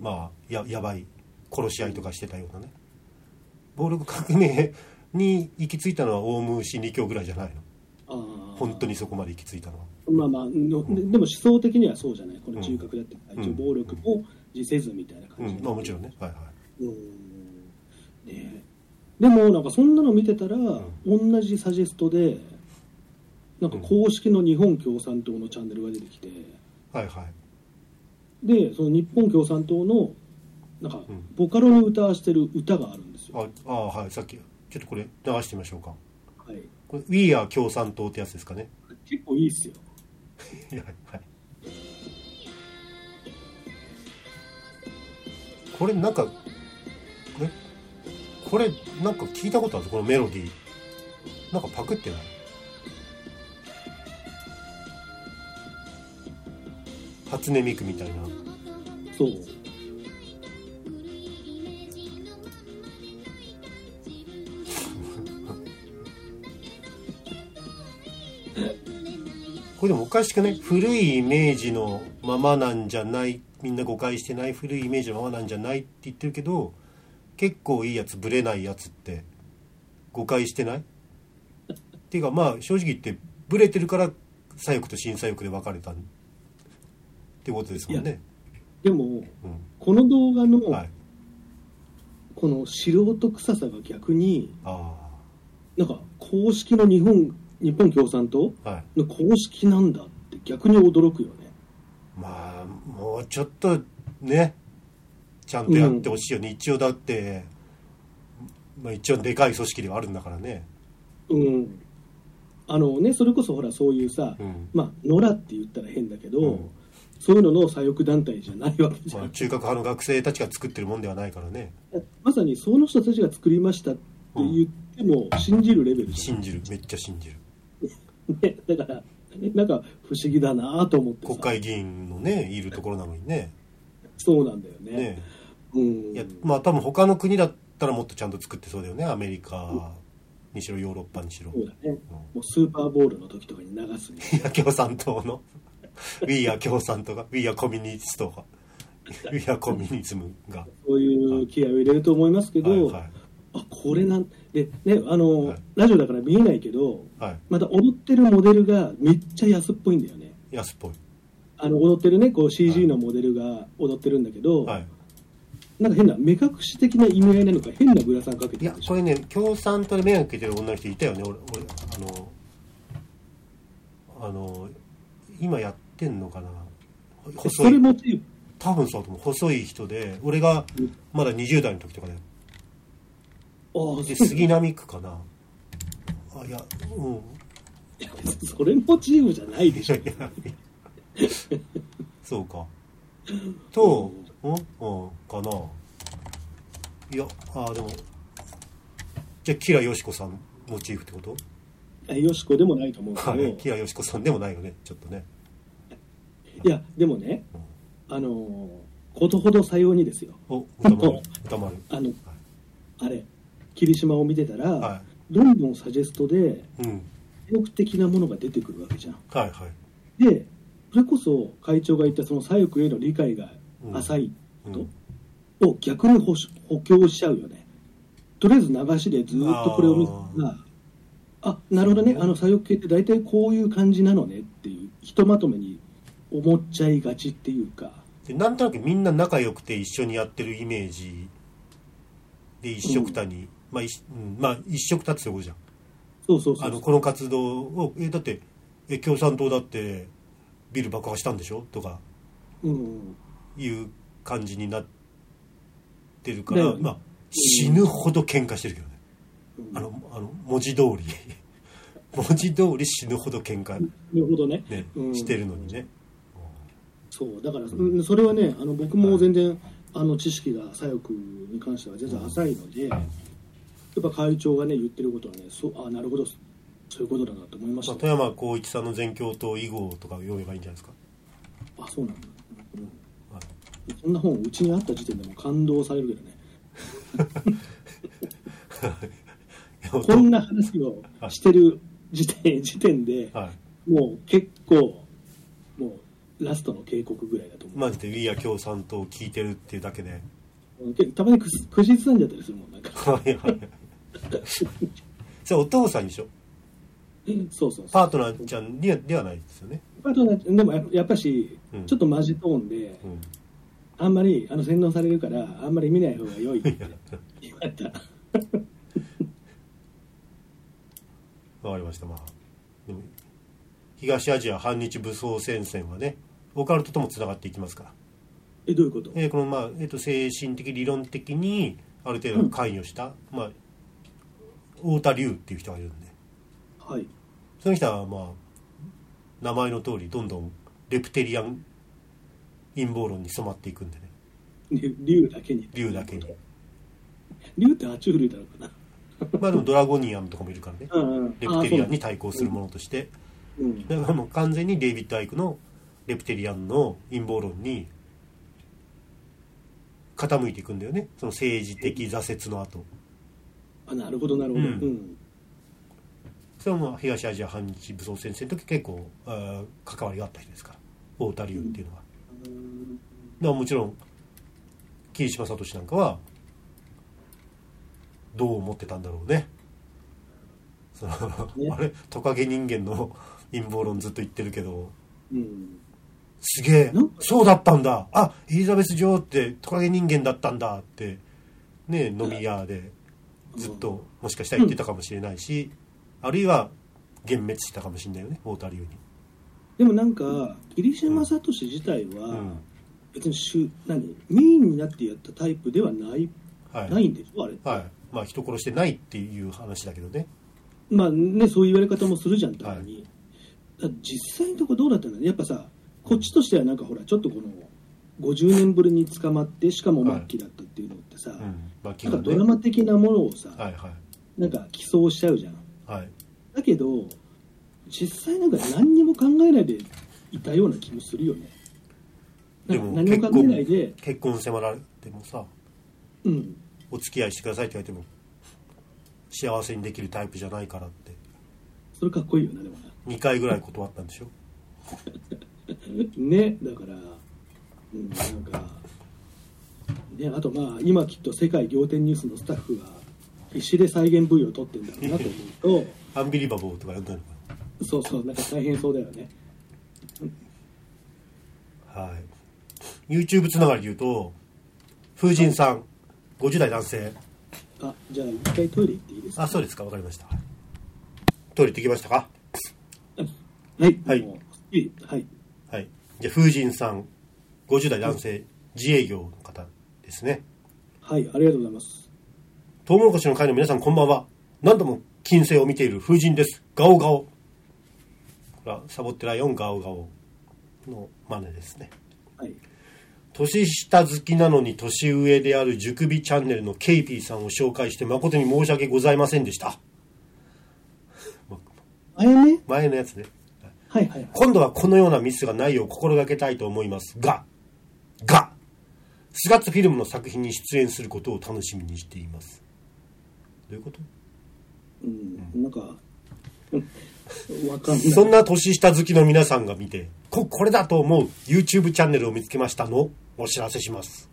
[SPEAKER 1] まあややばい殺し合いとかしてたようなね暴力革命に行き着いたのはオウム真理教ぐらいじゃないの
[SPEAKER 2] あー
[SPEAKER 1] 本当にそこまで行き着いたのは
[SPEAKER 2] まあまあ、の
[SPEAKER 1] ん
[SPEAKER 2] ででも思想的にはそうじゃないこの中核だって
[SPEAKER 1] うん
[SPEAKER 2] 一応暴力を辞せずみたいな
[SPEAKER 1] う
[SPEAKER 2] 感じ、
[SPEAKER 1] んまあもちろんねはいはい
[SPEAKER 2] うんねでもなんかそんなの見てたら、同じサジェストでなんか公式の日本共産党のチャンネルが出てきて
[SPEAKER 1] はいはい
[SPEAKER 2] でその日本共産党のなんか
[SPEAKER 1] うん
[SPEAKER 2] ボカロに歌わしてる歌があるんですよ、
[SPEAKER 1] ああはいさっきちょっとこれ流してみましょうか
[SPEAKER 2] はい、
[SPEAKER 1] これ「We are 共産党」ってやつですかね
[SPEAKER 2] 結構いいっすよ
[SPEAKER 1] はいはいこれなんかえこれなんか聞いたことあるぞこのメロディーなんかパクってない初音ミクみたいな
[SPEAKER 2] そう
[SPEAKER 1] これでもおかしくない古いイメージのままなんじゃないみんな誤解してない古いイメージのままなんじゃないって言ってるけど結構いいやつブレないやつって誤解してないっていうかまあ正直言ってブレてるから左翼と新左翼で分かれたってことですもんね。
[SPEAKER 2] でも
[SPEAKER 1] うん
[SPEAKER 2] この動画の
[SPEAKER 1] はい、
[SPEAKER 2] この素人臭さが逆に
[SPEAKER 1] あ
[SPEAKER 2] なんか公式の日本日本共産党
[SPEAKER 1] あはい
[SPEAKER 2] の公式なんだって逆に驚くよね
[SPEAKER 1] まあもうちょっとねちゃんとやってほしいよね、一応だって、まあ、一応でかい組織ではあるんだからね。
[SPEAKER 2] うんあのねそれこそほらそういうさ、
[SPEAKER 1] うん
[SPEAKER 2] まあ野良って言ったら変だけど、
[SPEAKER 1] うん
[SPEAKER 2] そういうのの左翼団体じゃないわけじゃ
[SPEAKER 1] まあ、
[SPEAKER 2] ん、
[SPEAKER 1] 中核派の学生たちが作ってるもんではないからね
[SPEAKER 2] まさにその人たちが作りましたって言っても信じるレベルじゃ
[SPEAKER 1] 信
[SPEAKER 2] ん
[SPEAKER 1] じるめっちゃ信じる
[SPEAKER 2] ね、だからなんか不思議だなと思ってさ
[SPEAKER 1] 国会議員のねいるところなのにね
[SPEAKER 2] そうなんだよね
[SPEAKER 1] ね
[SPEAKER 2] うん
[SPEAKER 1] いやまあ多分他の国だったらもっとちゃんと作ってそうだよねアメリカにしろヨーロッパにしろ、
[SPEAKER 2] そうだね
[SPEAKER 1] うん
[SPEAKER 2] もうスーパーボールの時とかに流すみたい
[SPEAKER 1] いや共産党の We are 共産党が We are コミュニストが We are コミュニズムが
[SPEAKER 2] なそういう気合を入れると思いますけど、
[SPEAKER 1] はいは
[SPEAKER 2] あこれなんでねあの、
[SPEAKER 1] はい
[SPEAKER 2] ラジオだから見えないけど
[SPEAKER 1] いはい
[SPEAKER 2] また踊ってるモデルがめっちゃ安っぽいんだよね
[SPEAKER 1] 安っぽい
[SPEAKER 2] あの踊ってるねこう
[SPEAKER 1] は
[SPEAKER 2] CG
[SPEAKER 1] い
[SPEAKER 2] のモデルが踊ってるんだけど、
[SPEAKER 1] はい
[SPEAKER 2] なんか変な目隠し的な意味合いなのか変なグラサンかけ
[SPEAKER 1] い
[SPEAKER 2] て
[SPEAKER 1] や
[SPEAKER 2] るでし
[SPEAKER 1] こ
[SPEAKER 2] ょ
[SPEAKER 1] れね共産党で迷惑受けてる女の人いたよね俺俺あのあの今やってんのかな
[SPEAKER 2] で
[SPEAKER 1] 細
[SPEAKER 2] それ
[SPEAKER 1] い
[SPEAKER 2] モチーフ
[SPEAKER 1] 多分そうだと思う細い人で俺がまだ20代の時とかだよ
[SPEAKER 2] ああ
[SPEAKER 1] で
[SPEAKER 2] そう
[SPEAKER 1] 杉並区かなあいやうん
[SPEAKER 2] それモチーフじゃないでしょ
[SPEAKER 1] そうかとうんうんかないやあでもじゃあキラヨシコさんモチーフってこと
[SPEAKER 2] あよしこでもないと思うけど、
[SPEAKER 1] はいい、キラヨシコさんでもないよねちょっとね
[SPEAKER 2] やでもねあのーことほどさようにですよ
[SPEAKER 1] お歌丸歌丸
[SPEAKER 2] あのあれ霧島を見てたら、
[SPEAKER 1] は
[SPEAKER 2] どんどんサジェストで
[SPEAKER 1] い、うん、
[SPEAKER 2] 魅力的なものが出てくるわけじゃん
[SPEAKER 1] はいはい
[SPEAKER 2] でそれこそ会長が言ったその左翼への理解が浅い
[SPEAKER 1] うん
[SPEAKER 2] ことを逆に補し補強しちゃうよねとりあえず流しでずっとこれを見てたらあなるほどね
[SPEAKER 1] そうね
[SPEAKER 2] あの左翼系って大体こういう感じなのねっていうひとまとめに思っちゃいがちっていうか
[SPEAKER 1] でなんとなくみんな仲良くて一緒にやってるイメージで一緒くたに、まあ、いうんまあ一緒くたってそういうことじゃん
[SPEAKER 2] そうそうそ
[SPEAKER 1] あ
[SPEAKER 2] うそ
[SPEAKER 1] の
[SPEAKER 2] う
[SPEAKER 1] この活動をえだってえ共産党だってビル爆破したんでしょとか
[SPEAKER 2] うんうん
[SPEAKER 1] いう感じになってるか
[SPEAKER 2] だ
[SPEAKER 1] ら、
[SPEAKER 2] よね
[SPEAKER 1] まあ、死ぬほど喧嘩してるけどね
[SPEAKER 2] うん
[SPEAKER 1] あのあの文字通り文字通り死ぬほど喧嘩、
[SPEAKER 2] なるほどね
[SPEAKER 1] ね
[SPEAKER 2] うん
[SPEAKER 1] してるのにね
[SPEAKER 2] そうだから、うんそれはねあの僕も全然あの知識が左翼に関しては全然浅いので、やっぱ会長がね言ってることはねそうあなるほどそういうことだなと思いまし
[SPEAKER 1] まあ
[SPEAKER 2] た、
[SPEAKER 1] 富山光一さんの「全教と以後」とか読めばいいんじゃないですか、
[SPEAKER 2] あそうなんだ、うん
[SPEAKER 1] はい
[SPEAKER 2] そんな本うちにあった時点でもう感動されるけどね
[SPEAKER 1] いや本当
[SPEAKER 2] こんな話をしてる時点 時点で
[SPEAKER 1] はい、
[SPEAKER 2] もう結構もうラストの警告ぐらいだと思う、
[SPEAKER 1] マジで「ウィーア共産党」聞いてるっていうだけ で
[SPEAKER 2] けたまにくすくじつんじゃったりするもんなんか
[SPEAKER 1] はいはいそれお父さんでしょ
[SPEAKER 2] そうそうそう
[SPEAKER 1] パートナーちゃんにはではないですよね、
[SPEAKER 2] パートナーでもややっぱし
[SPEAKER 1] うん
[SPEAKER 2] ちょっとマジトーンで
[SPEAKER 1] うん、
[SPEAKER 2] あんまりあの洗脳されるからあんまり見ない方が良いって言われた
[SPEAKER 1] わかりましたまあでも東アジア反日武装戦線はねオカルトともつながっていきますから
[SPEAKER 2] えどういうこと
[SPEAKER 1] えーこのまあえー、と精神的理論的にある程度関与した、まあ、太田龍っていう人がいるんで
[SPEAKER 2] はい
[SPEAKER 1] その人はまあ名前の通りどんどんレプテリアン陰謀論に染まっていくんでね
[SPEAKER 2] り竜だけに
[SPEAKER 1] 龍だけに
[SPEAKER 2] 竜って爬虫類だろうかな
[SPEAKER 1] まあでもドラゴニアンとかもいるからね
[SPEAKER 2] うんうん
[SPEAKER 1] レプテリアンに対抗するものとして
[SPEAKER 2] あそうなんだ
[SPEAKER 1] だからもう完全にデイビッド・アイクのレプテリアンの陰謀論に傾いていくんだよねその政治的挫折の後
[SPEAKER 2] うん、あなるほどなるほど、
[SPEAKER 1] う
[SPEAKER 2] うんん
[SPEAKER 1] それはまあ東アジア反日武装戦線の時結構あー関わりがあった人ですから太田龍っていうのは、
[SPEAKER 2] うん
[SPEAKER 1] だからもちろん桐島聡なんかはどう思ってたんだろうねその
[SPEAKER 2] ね
[SPEAKER 1] あれトカゲ人間の陰謀論ずっと言ってるけど
[SPEAKER 2] うん
[SPEAKER 1] すげえ
[SPEAKER 2] なんか
[SPEAKER 1] そうだったんだあエリザベス女王ってトカゲ人間だったんだってね飲み屋でずっともしかしたら言ってたかもしれないし、あるいは幻滅したかもしれないよね太田流に、
[SPEAKER 2] でもなんか桐島聡自体は、
[SPEAKER 1] うん
[SPEAKER 2] 別に主何メインになってやったタイプではない,、
[SPEAKER 1] はい
[SPEAKER 2] ないんでしょあれ、
[SPEAKER 1] はいまあ人殺してないっていう話だけどね
[SPEAKER 2] まあねそういう言われ方もするじゃんたまに、だから実際のとこどうだったんだろうねやっぱさこっちとしてはなんかほらちょっとこの50年ぶりに捕まってしかも末期だったっていうのってさ、
[SPEAKER 1] うんまあ気
[SPEAKER 2] なん
[SPEAKER 1] が
[SPEAKER 2] か
[SPEAKER 1] ね
[SPEAKER 2] ドラマ的なものをさ、
[SPEAKER 1] はいはい
[SPEAKER 2] なんか起草しちゃうじゃん
[SPEAKER 1] はい
[SPEAKER 2] だけど実際なんか何にも考えないでいたような気もするよねなんか何も考えないで、
[SPEAKER 1] 結婚迫られてもさ
[SPEAKER 2] うん、
[SPEAKER 1] お付き合いしてくださいって言われても幸せにできるタイプじゃないからって
[SPEAKER 2] それかっこいいよなでもな
[SPEAKER 1] 2回ぐらい断ったんでしょ
[SPEAKER 2] ねだから、うん、なんか、ね、あとまあ今きっと世界仰天ニュースのスタッフが必死で再現部位を取ってんだろうなと思う
[SPEAKER 1] アンビリバボーとか呼んだのか
[SPEAKER 2] とそうそうなんか大変そうだよね
[SPEAKER 1] なはい YouTube つながりで言うと風神さん50代男性
[SPEAKER 2] あじゃあ一回トイレ行っていいですか
[SPEAKER 1] あそうですかわかりましたトイレ行ってきましたか
[SPEAKER 2] はい
[SPEAKER 1] はい
[SPEAKER 2] もういいはい
[SPEAKER 1] はいじゃあ風神さん50代男性自営業の方ですね
[SPEAKER 2] はいありがとうございます
[SPEAKER 1] トウモロコシの会の皆さんこんばんは何度も金星を見ている風神ですガオガオこれはサボってライオンガオガオの真似ですね
[SPEAKER 2] はい
[SPEAKER 1] 年下好きなのに年上である熟美チャンネルのケイピーさんを紹介して誠に申し訳ございませんでした
[SPEAKER 2] あやね
[SPEAKER 1] 前のやつね
[SPEAKER 2] はいはいはい
[SPEAKER 1] 今度はこのようなミスがないよう心がけたいと思いますが、が、スガッツフィルムの作品に出演することを楽しみにしています。どういうこと
[SPEAKER 2] うんなんかうんわかんない
[SPEAKER 1] そんな年下好きの皆さんが見て、こ、これだと思う YouTube チャンネルを見つけましたのお知らせします。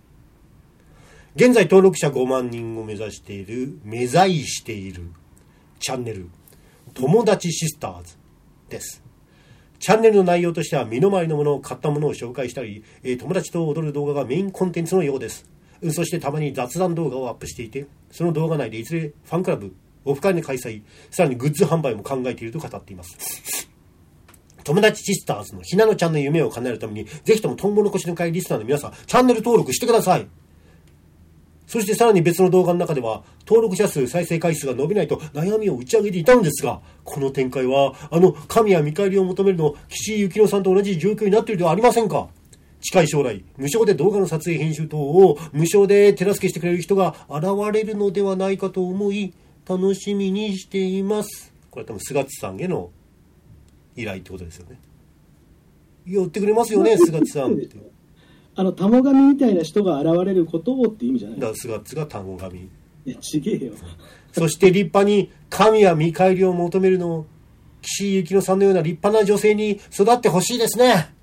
[SPEAKER 1] 現在登録者5万人を目指している、目指いしているチャンネル、友達シスターズです。チャンネルの内容としては身の回りのものを買ったものを紹介したり、えー友達と踊る動画がメインコンテンツのようです。うんそしてたまに雑談動画をアップしていて、その動画内でいずれファンクラブ、オフ会の開催、さらにグッズ販売も考えていると語っています。友達シスターズのひなのちゃんの夢を叶えるために、ぜひともトンボの腰の会リスナーの皆さん、チャンネル登録してください。そしてさらに別の動画の中では、登録者数、再生回数が伸びないと悩みを打ち上げていたんですが、この展開は、あの、神や見返りを求めるの、岸井ゆきのさんと同じ状況になっているではありませんか近い将来、無償で動画の撮影編集等を無償で手助けしてくれる人が現れるのではないかと思い、楽しみにしています。これは多分、菅津さんへの依頼ってことですよね。寄ってくれますよね、菅津さんって。
[SPEAKER 2] あの、たもがみみたいな人が現れることをって意味じゃない
[SPEAKER 1] だから菅津が単語神。
[SPEAKER 2] いや、ちげえよ。
[SPEAKER 1] そして立派に神や見返りを求めるのを、岸井ゆきのさんのような立派な女性に育ってほしいですね。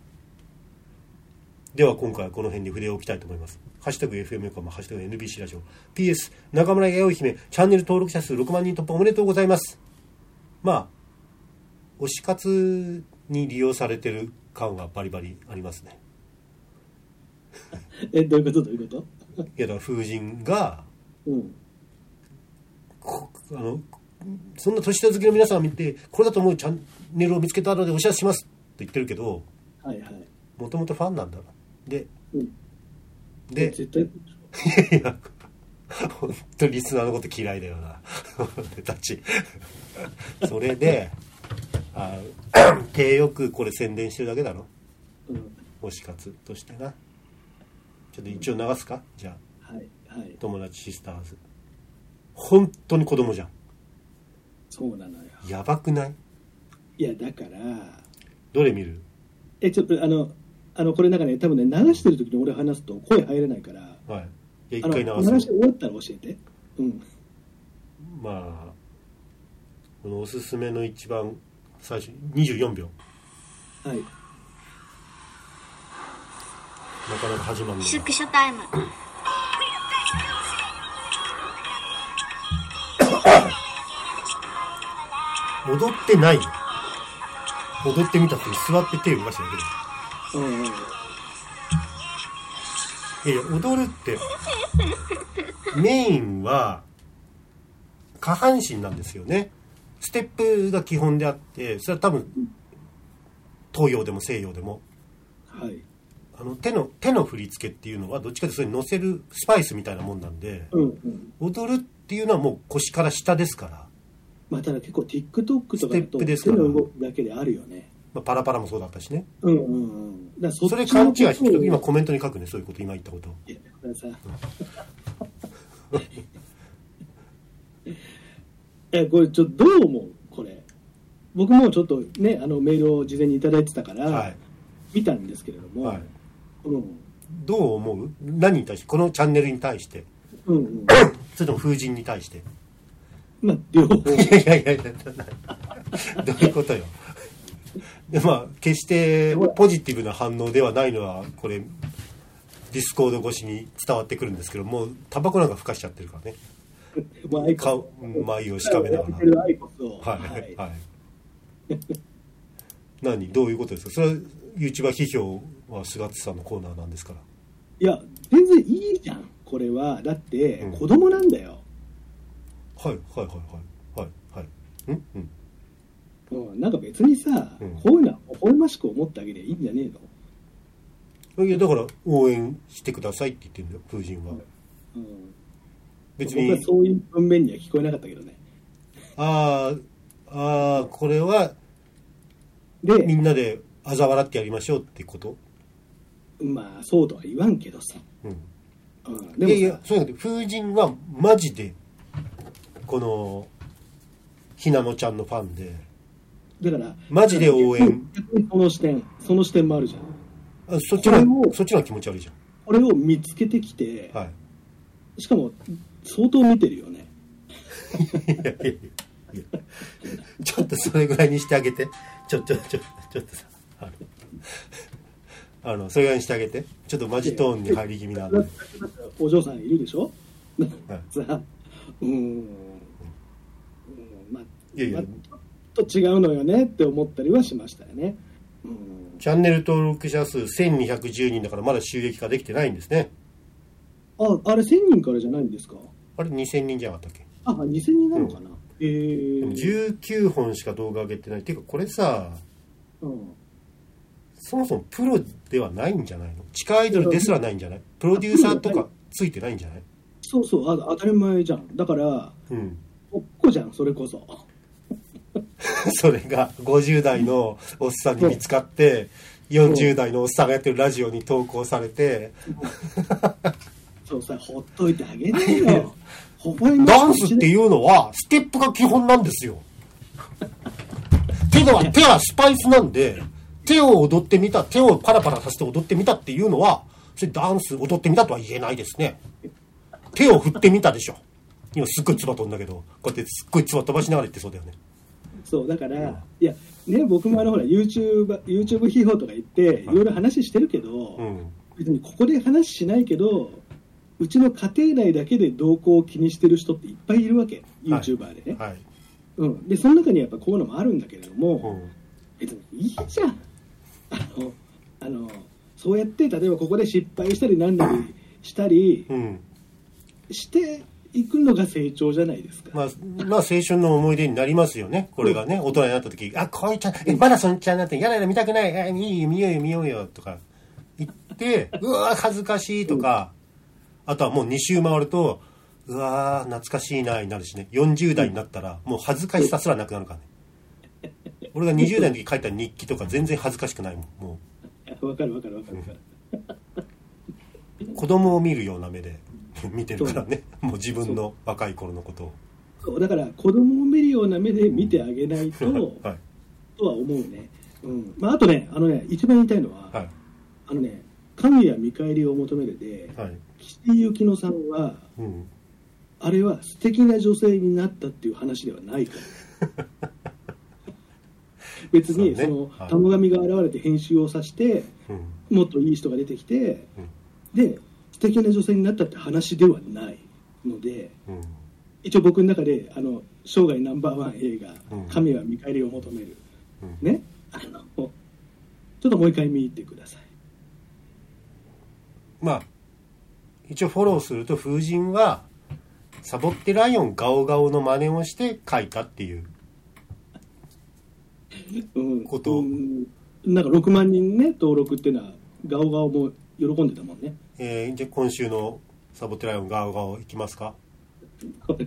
[SPEAKER 1] では今回はこの辺で筆を置きたいと思います。ハッシュタグ FM 横浜、ハッシュタグ NBC ラジオ。PS、中村弥生姫、チャンネル登録者数6万人突破おめでとうございます。まあ、推し活に利用されてる感はバリバリありますね。
[SPEAKER 2] え、どういうことどういうこと
[SPEAKER 1] いや、だから風神が、
[SPEAKER 2] うん。
[SPEAKER 1] こあのそんな年下好きの皆さんを見てこれだと思うチャンネルを見つけたのでお知らせしますって言ってるけど
[SPEAKER 2] はいはい。
[SPEAKER 1] もともとファンなんだなで
[SPEAKER 2] うん、
[SPEAKER 1] で
[SPEAKER 2] 絶対、
[SPEAKER 1] いや本当リスナーのこと嫌いだよな 俺たち それであ手よくこれ宣伝してるだけだろ
[SPEAKER 2] うん。
[SPEAKER 1] 推し活としてなちょっと一応流すかじゃあ
[SPEAKER 2] はいはい。
[SPEAKER 1] 友達シスターズ本当に子供じゃん
[SPEAKER 2] そうなのよ。
[SPEAKER 1] やばくない
[SPEAKER 2] いや、だから、
[SPEAKER 1] どれ見る
[SPEAKER 2] え、ちょっとあの、あの、これなんかね、多分ね、流してる時に俺話すと声入れないから、
[SPEAKER 1] はいいや一
[SPEAKER 2] あの、
[SPEAKER 1] 回流
[SPEAKER 2] 流
[SPEAKER 1] す
[SPEAKER 2] して終わったら教えて。うん。
[SPEAKER 1] まあこのおすすめの一番最初24秒
[SPEAKER 2] はい。
[SPEAKER 1] なかなか始まるのが
[SPEAKER 4] 出費者 タイム
[SPEAKER 1] 踊ってないよ踊ってみたって座って手動かしただ
[SPEAKER 2] うんうん。
[SPEAKER 1] けでいやいや踊るってメインは下半身なんですよねステップが基本であってそれは多分東洋でも西洋でも
[SPEAKER 2] はい。
[SPEAKER 1] あの手の手の振り付けっていうのはどっちかというとそれに乗せるスパイスみたいなもんなんで
[SPEAKER 2] うんうん。
[SPEAKER 1] 踊るっていうのはもう腰から下ですから、
[SPEAKER 2] まあ、ただ結構 TikTok とか
[SPEAKER 1] ステ
[SPEAKER 2] だ
[SPEAKER 1] ッ
[SPEAKER 2] と
[SPEAKER 1] プです
[SPEAKER 2] 手
[SPEAKER 1] から
[SPEAKER 2] の動きだけであるよね。
[SPEAKER 1] まあ、パラパラもそうだったしね
[SPEAKER 2] うんうんうん。だからそ
[SPEAKER 1] それ勘違いしてる今
[SPEAKER 2] 今。
[SPEAKER 1] コメントに書くねそういうこと今言ったこと
[SPEAKER 2] いやだからさ え、これちょっとどう思うこれ。僕もちょっとね、あのメールを事前にいただいてたから、
[SPEAKER 1] はい、
[SPEAKER 2] 見たんですけれども、
[SPEAKER 1] はい、
[SPEAKER 2] うん、
[SPEAKER 1] どう思う何に対してこのチャンネルに対して
[SPEAKER 2] うんうん、
[SPEAKER 1] それとも風神に対して
[SPEAKER 2] まあ両方、
[SPEAKER 1] いやいやいやどういうことよでまあ決してポジティブな反応ではないのはこれディスコード越しに伝わってくるんですけどもうタバコなんかふかしちゃってるからね
[SPEAKER 2] まあ、アイ
[SPEAKER 1] 顔
[SPEAKER 2] コ
[SPEAKER 1] 眉を
[SPEAKER 2] ス、
[SPEAKER 1] しかめなが
[SPEAKER 2] や
[SPEAKER 1] ら
[SPEAKER 2] ってるアイコスを、
[SPEAKER 1] はいはい何どういうことですかそれは YouTuber 批評は菅津さんのコーナーなんですから
[SPEAKER 2] いや、全然いいじゃん、これは、だって
[SPEAKER 1] うん
[SPEAKER 2] 子供なんだよ、
[SPEAKER 1] はいはいはいはいはいはいんうん
[SPEAKER 2] うん、なんか別にさ、
[SPEAKER 1] うん
[SPEAKER 2] こういうのは微笑ましく思ってあげりゃいいんじゃねえの、
[SPEAKER 1] いやだから応援してくださいって言ってるんだよ風神は、
[SPEAKER 2] うんうん、
[SPEAKER 1] 別
[SPEAKER 2] 僕
[SPEAKER 1] に
[SPEAKER 2] はそういう文面には聞こえなかったけどね。
[SPEAKER 1] あーあーこれはみ
[SPEAKER 2] で、
[SPEAKER 1] んなで嘲笑ってやりましょうってこと、
[SPEAKER 2] まあ、そうとは言わんけどさ、
[SPEAKER 1] うん、
[SPEAKER 2] うん、
[SPEAKER 1] いやい
[SPEAKER 2] で
[SPEAKER 1] や
[SPEAKER 2] もさ、
[SPEAKER 1] そうだけど風神はマジでこのひなのちゃんのファンで
[SPEAKER 2] だから、
[SPEAKER 1] マジで応援
[SPEAKER 2] 逆にその視点、その視点もあるじゃん。
[SPEAKER 1] あそっちの
[SPEAKER 2] これを
[SPEAKER 1] そっちの方が気持ち悪いじ
[SPEAKER 2] これを見つけてきて
[SPEAKER 1] ゃん、はい
[SPEAKER 2] しかも相当見てるよね。
[SPEAKER 1] いやいやいやちょっとそれぐらいにしてあげてちょちょちょちょっとさあのあのそれぐらいにしてあげてちょっとマジトーンに入り気味なんで、はい、
[SPEAKER 2] お嬢さんいるでしょ さあ、うーん、うんまあ、
[SPEAKER 1] いやいや
[SPEAKER 2] まあちょっと違うのよねって思ったりはしましたよね。うん、
[SPEAKER 1] チャンネル登録者数1210人だからまだ収益化できてないんですね
[SPEAKER 2] あ、あれ1000人からじゃないんですか
[SPEAKER 1] あれ2000人じゃなかったっけ
[SPEAKER 2] あ、2000人なのかな、え
[SPEAKER 1] でも
[SPEAKER 2] ー、
[SPEAKER 1] 19本しか動画上げてないっていうかこれさ
[SPEAKER 2] うん
[SPEAKER 1] そもそもプロではないんじゃないの地下アイドルですらないんじゃないプロデューサーとかついてないんじゃない
[SPEAKER 2] そうそうあ当たり前じゃんだから
[SPEAKER 1] うん。
[SPEAKER 2] おっこじゃんそれこそ
[SPEAKER 1] それが50代のおっさんに見つかって、40代のおっさんがやってるラジオに投稿されて、
[SPEAKER 2] そうさほっといてあげてよほほえまし
[SPEAKER 1] ダンスっていうのはステップが基本なんですよ。手のは手はスパイスなんで、手を踊ってみた、手をパラパラさせて踊ってみたっていうのは、それダンス踊ってみたとは言えないですね。手を振ってみたでしょ。今すっごい唾飛んだけど、こうやってすっごい唾飛ばしながら言ってそうだよね。
[SPEAKER 2] そうだから、いやね僕もあのほら YouTube, YouTube 批評とか言っていろいろ話してるけど、
[SPEAKER 1] うん。
[SPEAKER 2] 別にここで話しないけどうちの家庭内だけで動向を気にしてる人っていっぱいいるわけ YouTuber でね、
[SPEAKER 1] はい。
[SPEAKER 2] うん、でその中にやっぱこういうのもあるんだけれども、
[SPEAKER 1] うん。
[SPEAKER 2] 別にいいじゃんあのあのそうやって例えばここで失敗したりなんだりしたり
[SPEAKER 1] うん。
[SPEAKER 2] していくのが成長じゃないですか、
[SPEAKER 1] まあ、まあ、青春の思い出になりますよね。これがね、大人になった時、あ、こういうちゃん、え、マラソンちゃんなんて、やだやだ見たくない、え、いいよ、見ようよ、見ようよ、とか言って、うわー、恥ずかしいとか、あとはもう2周回ると、うわー、懐かしいな、になるしね。40代になったら、もう恥ずかしさすらなくなるからね。俺が20代の時書いた日記とか全然恥ずかしくないもん。も
[SPEAKER 2] わかるわかるわかるわかる、
[SPEAKER 1] う、子供を見るような目で見てるからね。もう自分の若い頃のことを。
[SPEAKER 2] そうだから子供を見るような目で見てあげないと、
[SPEAKER 1] はい。
[SPEAKER 2] とは思うね、うんまあ、あとねあのね一番言いたいのは、
[SPEAKER 1] はい。
[SPEAKER 2] あのね神や見返りを求めるで
[SPEAKER 1] はい。
[SPEAKER 2] 岸井ゆきのさんは
[SPEAKER 1] うん。
[SPEAKER 2] あれは素敵な女性になったっていう話ではないから 別に
[SPEAKER 1] そね
[SPEAKER 2] そうの
[SPEAKER 1] はい
[SPEAKER 2] 玉神が現れて編集をさして
[SPEAKER 1] うん。
[SPEAKER 2] もっといい人が出てきて
[SPEAKER 1] うん
[SPEAKER 2] で素敵な女性になったって話ではないので
[SPEAKER 1] うん。
[SPEAKER 2] 一応僕の中であの生涯ナンバーワン映画
[SPEAKER 1] うん
[SPEAKER 2] 「神は見返りを求める」
[SPEAKER 1] うん
[SPEAKER 2] ねあのちょっともう一回見てください
[SPEAKER 1] まあ、一応フォローすると風神は、サボってライオンガオガオの真似をして書いたっていう。
[SPEAKER 2] うん
[SPEAKER 1] こと
[SPEAKER 2] うんなんか6万人ね登録っていうのはガオガオも喜んでたもんね
[SPEAKER 1] えーじゃあ今週のサボってライオンガオガオいきますか
[SPEAKER 2] これ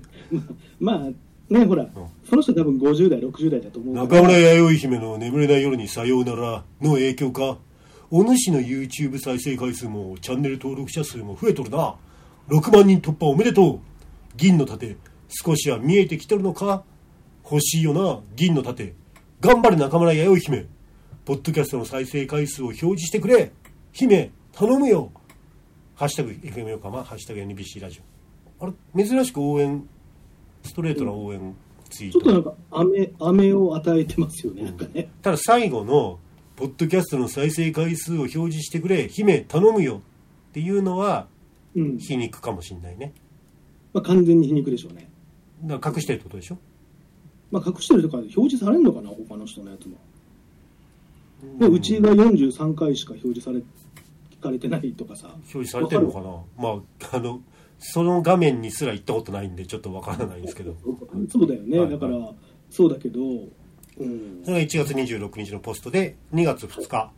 [SPEAKER 2] まあまあねほら、その人多分50代60代だと思うか
[SPEAKER 1] 中
[SPEAKER 2] ら
[SPEAKER 1] 村弥生姫の眠れない夜にさようならの影響か。お主の YouTube 再生回数もチャンネル登録者数も増えとるな。6万人突破おめでとう。銀の盾、少しは見えてきてるのか欲しいよな、銀の盾。頑張れ中村弥生姫。ポッドキャストの再生回数を表示してくれ。姫、頼むよ。ハッシュタグ FM 横浜、ハッシュタグ NBC ラジオ。あれ、珍しく応援、ストレートな応援ツイー
[SPEAKER 2] ちょ
[SPEAKER 1] ト。
[SPEAKER 2] っとなんか飴飴を与えてますよねなんかね
[SPEAKER 1] ただ最後の「ポッドキャストの再生回数を表示してくれ姫頼むよ」っていうのは
[SPEAKER 2] うん、
[SPEAKER 1] 皮肉かもしんないね
[SPEAKER 2] まあ、完全に皮肉でしょうね
[SPEAKER 1] だから隠してるってことでしょ
[SPEAKER 2] まあ隠してるとか表示されるのかな他の人のやつもでうちが43回しか表示され聞かれてないとかさ
[SPEAKER 1] 表示されてるのかなまああのその画面にすら行ったことないんでちょっとわからないんですけど
[SPEAKER 2] そうだよね、
[SPEAKER 1] はい
[SPEAKER 2] だからそうだけど、うん
[SPEAKER 1] そ、れが1月26日のポストで2月2日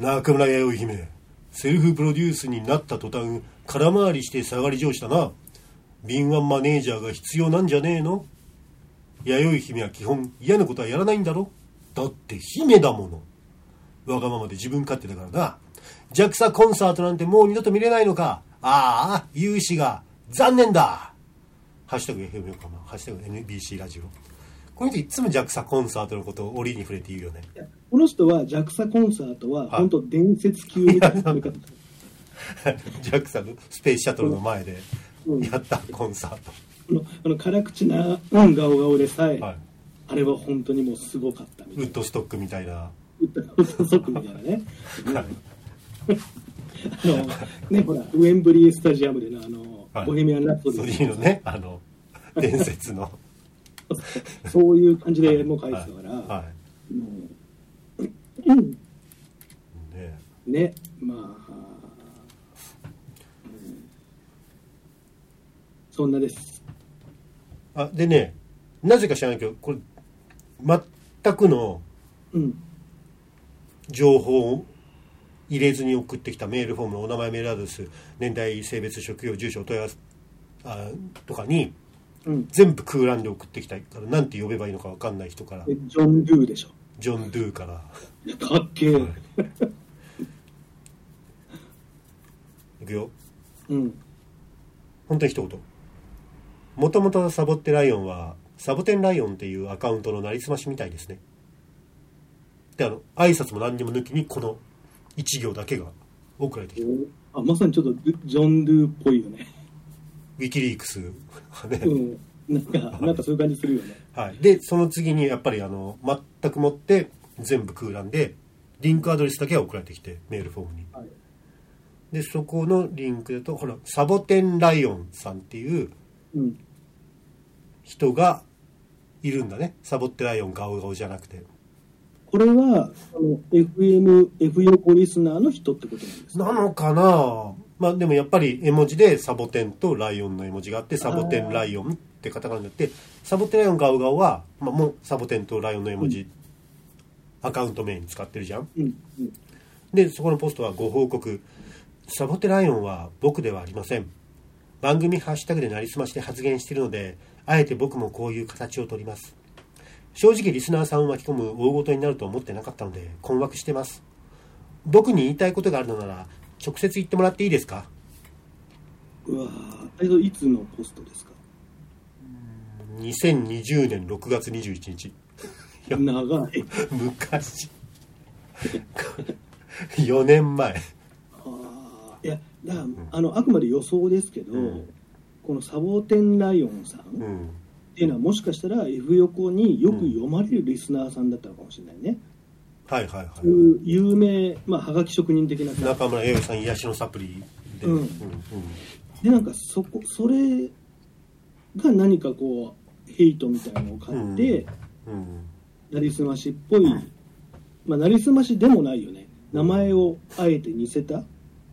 [SPEAKER 1] 中村弥生姫セルフプロデュースになった途端空回りして下がり上司だな敏腕マネージャーが必要なんじゃねえの弥生姫は基本嫌なことはやらないんだろだって姫だものわがままで自分勝手だからな JAXA コンサートなんてもう二度と見れないのかああ有志が残念だハッシュタグ FM 横浜ハッシュタグ NBC ラジオこの人いつも JAXA コンサートのことを折に触れて言うよね
[SPEAKER 2] この人は JAXA コンサートは本当伝説級みたいな、
[SPEAKER 1] JAXA のスペースシャトルの前で
[SPEAKER 2] うん
[SPEAKER 1] やったコンサート、
[SPEAKER 2] あのあの辛口な、うん、顔顔でさえ、
[SPEAKER 1] はい
[SPEAKER 2] あれは本当にもうすごかったみ
[SPEAKER 1] ウ
[SPEAKER 2] たい
[SPEAKER 1] ッドストックみたいな
[SPEAKER 2] な、ウッドソックみたいなね、うんあのねほらウェンブリースタジアムでのあの、
[SPEAKER 1] はい
[SPEAKER 2] ボヘミアン・ラプソデ
[SPEAKER 1] そうい
[SPEAKER 2] ィ
[SPEAKER 1] うのねあの伝説 の
[SPEAKER 2] そういう感じでもう書いてたから、
[SPEAKER 1] は
[SPEAKER 2] もううん
[SPEAKER 1] いね
[SPEAKER 2] ねまあ、うんそんなです
[SPEAKER 1] あでねなぜか知らないけどこれ全くの
[SPEAKER 2] うん
[SPEAKER 1] 情報を入れずに送ってきたメールフォームのお名前メールアドレス年代性別職業住所お問い合わせあとかに
[SPEAKER 2] うん、
[SPEAKER 1] 全部空欄で送ってきたからなんて呼べばいいのか分かんない人から
[SPEAKER 2] でジョン・ルーでしょ
[SPEAKER 1] ジョン・ドゥから
[SPEAKER 2] かっけえ、
[SPEAKER 1] いくよ
[SPEAKER 2] うん
[SPEAKER 1] 本当に一言もともとサボってライオンはサボテンライオンっていうアカウントのなりすましみたいですねであの挨拶も何にも抜きにこの一行だけが送られてきた
[SPEAKER 2] あまさにちょっとルジョン・ルーっぽいよね、
[SPEAKER 1] ウィキリークスね、
[SPEAKER 2] うん、なんかなんかそういう感じするよね
[SPEAKER 1] はい、でその次にやっぱりあの全くもって全部空欄でリンクアドレスだけが送られてきてメールフォームに
[SPEAKER 2] はい
[SPEAKER 1] でそこのリンクだとほらサボテンライオンさんっていう
[SPEAKER 2] うん
[SPEAKER 1] 人がいるんだねサボってライオンガオガオじゃなくて
[SPEAKER 2] これはあの FM F 横リスナーの人ってことなんですか
[SPEAKER 1] なのかなまあでもやっぱり絵文字でサボテンとライオンの絵文字があってサボテンライオンって方がになってサボテンライオンガオガオは、まあ、もうサボテンとライオンの絵文字、アカウント名に使ってるじゃん
[SPEAKER 2] うんうん
[SPEAKER 1] でそこのポストはご報告サボテライオンは僕ではありません番組ハッシュタグでなりすまして発言しているのであえて僕もこういう形をとります正直リスナーさんを巻き込む大事になると思ってなかったので困惑してます僕に言いたいことがあるのなら直接言ってもらっていいですか
[SPEAKER 2] うわぁあれいつのポストですか
[SPEAKER 1] 2020年6月21日いや
[SPEAKER 2] 長い
[SPEAKER 1] 昔4年前
[SPEAKER 2] あーいやだからあのあくまで予想ですけど、
[SPEAKER 1] うん
[SPEAKER 2] このサボテンライオンさん
[SPEAKER 1] う
[SPEAKER 2] っ
[SPEAKER 1] ん
[SPEAKER 2] ていうのはもしかしたら F 横によく読まれるリスナーさんだったのかもしれないね、
[SPEAKER 1] はいはいはい、
[SPEAKER 2] そういう有名、まあ、はがき職人的な感
[SPEAKER 1] 中村栄誉さん癒しのサプリで、
[SPEAKER 2] うん
[SPEAKER 1] うん
[SPEAKER 2] じでなんかそこそれが何かこうヘイトみたいなのを買って、
[SPEAKER 1] うんうん
[SPEAKER 2] なりすましっぽい、まあ、なりすましでもないよね名前をあえて似せた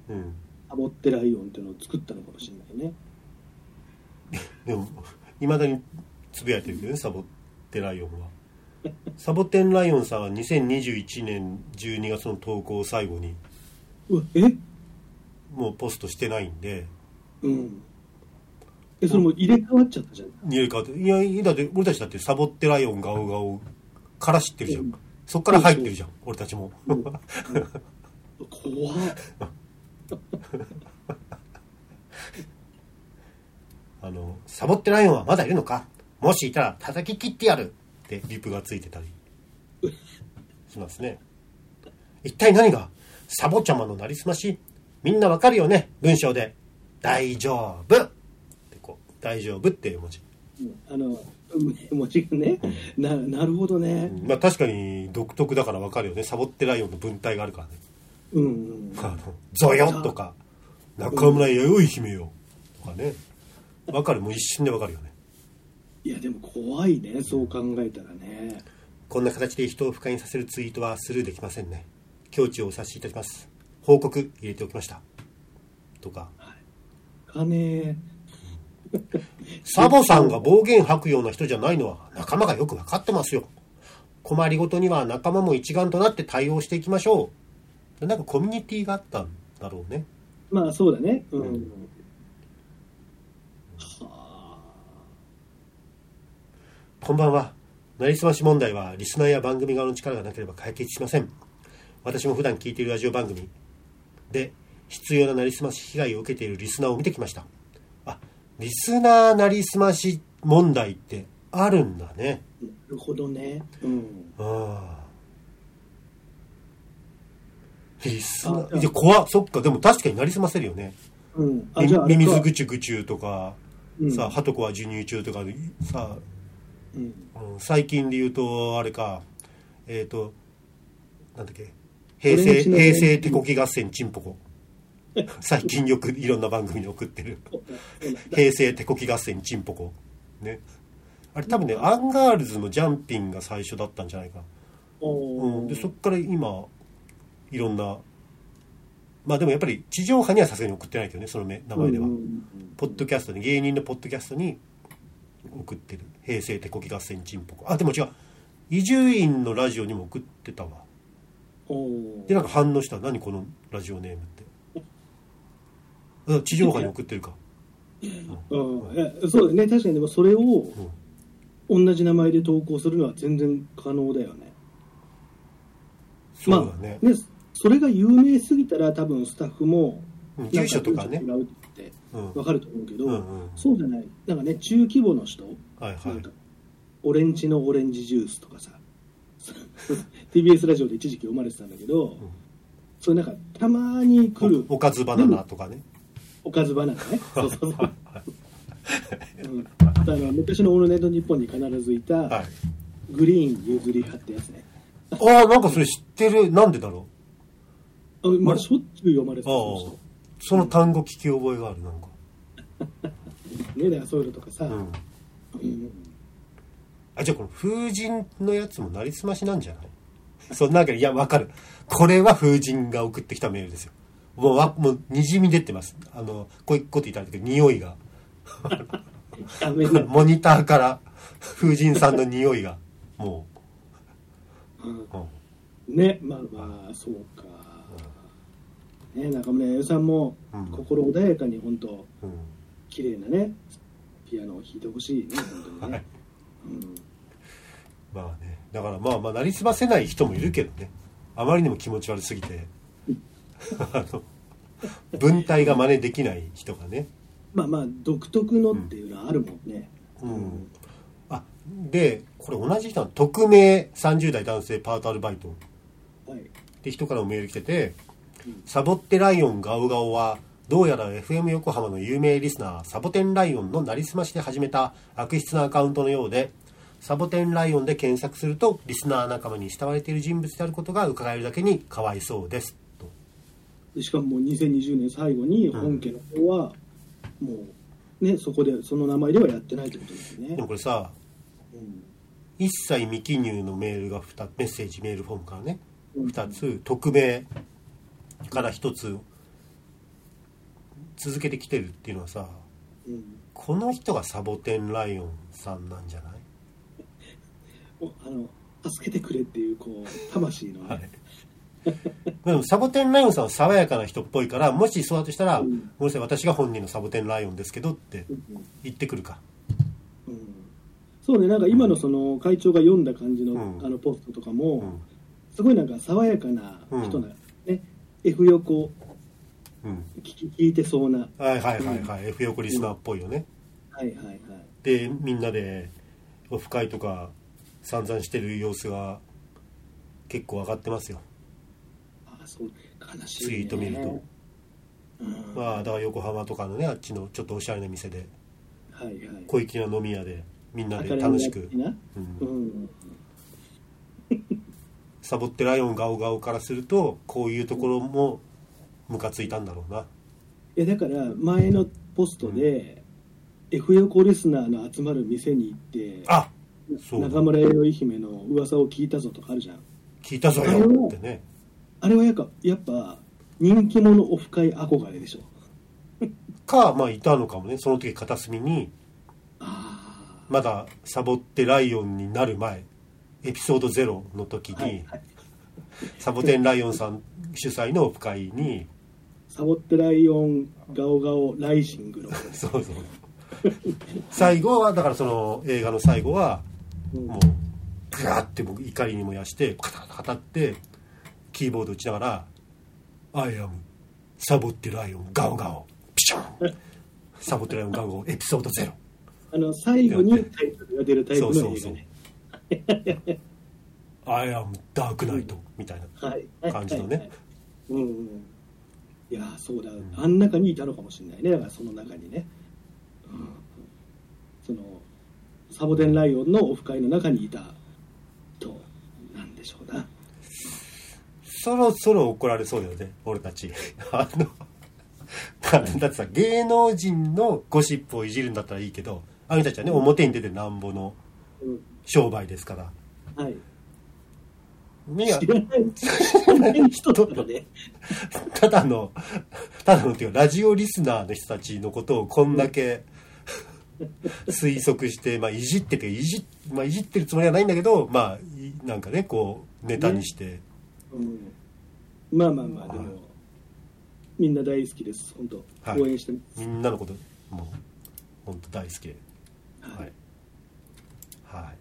[SPEAKER 1] うん
[SPEAKER 2] サボテライオンっていうのを作ったのかもしれないね
[SPEAKER 1] でもいまだにつぶやいてるけどねサボテライオンはサボテンライオンさんは2021年12月の投稿を最後に
[SPEAKER 2] うわえ
[SPEAKER 1] もうポストしてないんで
[SPEAKER 2] うん。え、それもう入れ替わっちゃったじゃん。
[SPEAKER 1] 入れ替わっていやいやだって俺たちだってサボテライオンガオガオから知ってるじゃん、
[SPEAKER 2] うん
[SPEAKER 1] そっから入ってるじゃん、俺たちも、
[SPEAKER 2] うん怖っ。
[SPEAKER 1] あのサボテライオンはまだいるのかもしいたら叩き切ってやるってリプがついてたりしますね一体何がサボちゃまのなりすましみんなわかるよね文章で「大丈夫」ってこう「大丈夫」っていう文字、
[SPEAKER 2] あの、うん文字がね、な、なるほどね。
[SPEAKER 1] まあ確かに独特だからわかるよねサボってライオンの文体があるからね
[SPEAKER 2] うんうん
[SPEAKER 1] 「あのゾヨ」とか「中村弥生姫よ」とかねわかるもう一瞬でわかるよね
[SPEAKER 2] いや、でも怖いね、そう考えたらね。
[SPEAKER 1] こんな形で人を不快にさせるツイートはスルーできませんね。境地をお察しいたします。報告入れておきました。とか、
[SPEAKER 2] 金、
[SPEAKER 1] サボさんが暴言吐くような人じゃないのは仲間がよくわかってますよ。困りごとには仲間も一丸となって対応していきましょう。なんかコミュニティがあったんだろうね。
[SPEAKER 2] まあそうだね。うん。
[SPEAKER 1] うん
[SPEAKER 2] は
[SPEAKER 1] こんばんは。なりすまし問題はリスナーや番組側の力がなければ解決しません。私も普段聞いているラジオ番組で必要ななりすまし被害を受けているリスナーを見てきました。あ、リスナーなりすまし問題ってあるんだね。
[SPEAKER 2] あなるほどね。うん。
[SPEAKER 1] ああ。リスナ
[SPEAKER 2] あうん
[SPEAKER 1] ー、いや怖っそっか、でも確かになりすませるよね。
[SPEAKER 2] うん。
[SPEAKER 1] ミ
[SPEAKER 2] あれ
[SPEAKER 1] ミミズ
[SPEAKER 2] か
[SPEAKER 1] ぐちゅぐちゅとか、
[SPEAKER 2] うん
[SPEAKER 1] さ、ハトコは授乳中とか、さ、
[SPEAKER 2] うん。
[SPEAKER 1] うん最近で言うとあれかえっ、となんだっけ平
[SPEAKER 2] 俺
[SPEAKER 1] 成
[SPEAKER 2] んちの
[SPEAKER 1] 平成手こき合戦チンポコ 最近よくいろんな番組に送ってる
[SPEAKER 2] そうだそうだ
[SPEAKER 1] 平成手こき合戦チンポコねあれ多分ねアンガールズのジャンピンが最初だったんじゃないかな、う
[SPEAKER 2] お
[SPEAKER 1] ん、
[SPEAKER 2] ー
[SPEAKER 1] でそっから今いろんなまあでもやっぱり地上波にはさすがに送ってないけどねその名名前では、
[SPEAKER 2] うんうんうん
[SPEAKER 1] ポッドキャストに芸人のポッドキャストに送ってる「平成手こき合戦チンポコ」あでも違う伊集院のラジオにも送ってたわ
[SPEAKER 2] お
[SPEAKER 1] で
[SPEAKER 2] ー
[SPEAKER 1] なんか反応したら何このラジオネームってうん地上波に送ってるか、
[SPEAKER 2] うんえそうだね確かにでもそれを
[SPEAKER 1] うん
[SPEAKER 2] 同じ名前で投稿するのは全然可能だよね
[SPEAKER 1] そうだね、
[SPEAKER 2] まあ、ねそれが有名すぎたら多分スタッフも
[SPEAKER 1] うん住所とかね
[SPEAKER 2] なん文章違うって
[SPEAKER 1] うん
[SPEAKER 2] 分かると思うけど、
[SPEAKER 1] うんうん
[SPEAKER 2] そうじゃないなんかね中規模の人、
[SPEAKER 1] はいは
[SPEAKER 2] なん
[SPEAKER 1] い
[SPEAKER 2] かオレンジのオレンジジュースとかさ TBS ラジオで一時期読まれてたんだけど、それなんかたまに来る
[SPEAKER 1] おおかずバナナとかね、
[SPEAKER 2] おかずバナナ ねそうそうそう、うん、あとあの昔の「オールナイトニッポン」に必ずい
[SPEAKER 1] はい
[SPEAKER 2] たグリーン譲り派ってやつね、
[SPEAKER 1] ああなんかそれ知ってるなんでだろ
[SPEAKER 2] あまあしょっちゅう読まれて
[SPEAKER 1] う
[SPEAKER 2] たその
[SPEAKER 1] ああ
[SPEAKER 2] 人
[SPEAKER 1] その単語聞き覚えがあるなんか
[SPEAKER 2] ねだからそういうのとかさ、
[SPEAKER 1] うん
[SPEAKER 2] うん
[SPEAKER 1] あじゃあこの風神のやつもなりすましなんじゃない そんなわけでいやわかるこれは風神が送ってきたメールですよもうわもうにじみ出てますあのこういうこと言ったんだけど匂いが
[SPEAKER 2] ダメな、
[SPEAKER 1] モニターから風神さんの匂いがも
[SPEAKER 2] うん
[SPEAKER 1] う、うん
[SPEAKER 2] ねまあまあそうか、ね中村弥生さんも
[SPEAKER 1] うん
[SPEAKER 2] 心穏やかに本当
[SPEAKER 1] うん
[SPEAKER 2] 綺麗なねピアノを弾いてほしいね本当に
[SPEAKER 1] は
[SPEAKER 2] ね、
[SPEAKER 1] い
[SPEAKER 2] うん
[SPEAKER 1] まあねだからまあまあなりすませない人もいるけどねあまりにも気持ち悪すぎてあの文体が真似できない人がね
[SPEAKER 2] まあまあ独特のっていうのはあるもんね、
[SPEAKER 1] うんあでこれ同じ人なの匿名30代男性パートアルバイト
[SPEAKER 2] はい
[SPEAKER 1] って人からもメール来てて
[SPEAKER 2] うん
[SPEAKER 1] 「サボってライオンガオガオはどうやら FM 横浜の有名リスナーサボテンライオンのなりすましで始めた悪質なアカウントのようでサボテンライオンで検索するとリスナー仲間に慕われている人物であることが伺えるだけにかわいそうです」と
[SPEAKER 2] でしかももう2020年最後に本家の方はもうねそこでその名前ではやってないってことですよね
[SPEAKER 1] でもこれさ一切未記入のメールが2メッセージメールフォームからね
[SPEAKER 2] うん
[SPEAKER 1] 2つ匿名から1つ続けてきてるっていうのはさ
[SPEAKER 2] うん
[SPEAKER 1] この人がサボテンライオンさんなんじゃない
[SPEAKER 2] おあの助けてくれっていうこう魂のね、
[SPEAKER 1] はいでもサボテンライオンさんは爽やかな人っぽいからもしそうだとしたら「
[SPEAKER 2] う
[SPEAKER 1] ご
[SPEAKER 2] ん
[SPEAKER 1] めんなさい私が本人のサボテンライオンですけど」って
[SPEAKER 2] うん
[SPEAKER 1] 言ってくるか
[SPEAKER 2] うんそうねなんか今のその会長が読んだ感じの,、
[SPEAKER 1] うん
[SPEAKER 2] あのポストとか
[SPEAKER 1] う
[SPEAKER 2] も
[SPEAKER 1] ん
[SPEAKER 2] すごいなんか爽やかな人な、ね F 横
[SPEAKER 1] うん
[SPEAKER 2] 聞き聞いてそうな
[SPEAKER 1] はいはいはいはい、F 横リスナーっぽいよね
[SPEAKER 2] はいはいはい
[SPEAKER 1] でみんなでオフ会とか散々してる様子が結構上がってますよ
[SPEAKER 2] ああそう悲しい、
[SPEAKER 1] ツ
[SPEAKER 2] ね、
[SPEAKER 1] イート見ると、
[SPEAKER 2] うん
[SPEAKER 1] まあだから横浜とかのねあっちのちょっとおしゃれな店で
[SPEAKER 2] はいはい
[SPEAKER 1] 小粋な飲み屋でみんなで楽しく
[SPEAKER 2] 明るい、な
[SPEAKER 1] う、
[SPEAKER 2] うんん
[SPEAKER 1] サボってライオンガオガオからするとこういうところもムカついたんだろうない
[SPEAKER 2] やだから前のポストで、F 横リスナーの集まる店に行って
[SPEAKER 1] あそう
[SPEAKER 2] 中村弥生姫の噂を聞いたぞとかあるじゃん
[SPEAKER 1] 聞いたぞよってね
[SPEAKER 2] あれはやっぱやっぱ人気者オフ会憧れでしょ
[SPEAKER 1] かまあいたのかもねその時片隅に
[SPEAKER 2] あ
[SPEAKER 1] まだサボってライオンになる前エピソード0の時に、
[SPEAKER 2] あはいはい
[SPEAKER 1] サボテンライオンさん主催のオフ会に
[SPEAKER 2] サボってライオンガオガオライジングの、
[SPEAKER 1] そうそう最後はだからその映画の最後は
[SPEAKER 2] うん
[SPEAKER 1] もうグワーって僕怒りに燃やしてカタカタカタってキーボード打ちながら「I am サボってライオンガオガオ」ピションサボってライオンガオガオエピソード0
[SPEAKER 2] あの最後にタイトルが出るタイプの映画ね
[SPEAKER 1] そうそう「I am ダークナイト」みたい
[SPEAKER 2] はい
[SPEAKER 1] な感じのね
[SPEAKER 2] うんうんいやーそうだ、あん中にいたのかもしれないねだからその中にね、うんそのサボテンライオンのオフ会の中にいたとなんでしょうな
[SPEAKER 1] そろそろ怒られそうだよね俺たち あのだってだってさ芸能人のゴシップをいじるんだったらいいけどあの人たちはね表に出てなんぼの
[SPEAKER 2] うん
[SPEAKER 1] 商売ですから
[SPEAKER 2] はい
[SPEAKER 1] いや
[SPEAKER 2] 知らない知らない人とかね
[SPEAKER 1] ただのただのっていうかラジオリスナーの人たちのことをこんだ け推測して、まあ、いじって ていじ,、まあ、いじってるつもりはないんだけどまあいなんかねこうネタにして
[SPEAKER 2] ううんまあまあまあで
[SPEAKER 1] はい
[SPEAKER 2] もみんな大好きです本当、
[SPEAKER 1] はい
[SPEAKER 2] 応援してます
[SPEAKER 1] みんなのこともう本当大好きで
[SPEAKER 2] はい
[SPEAKER 1] はい、はい、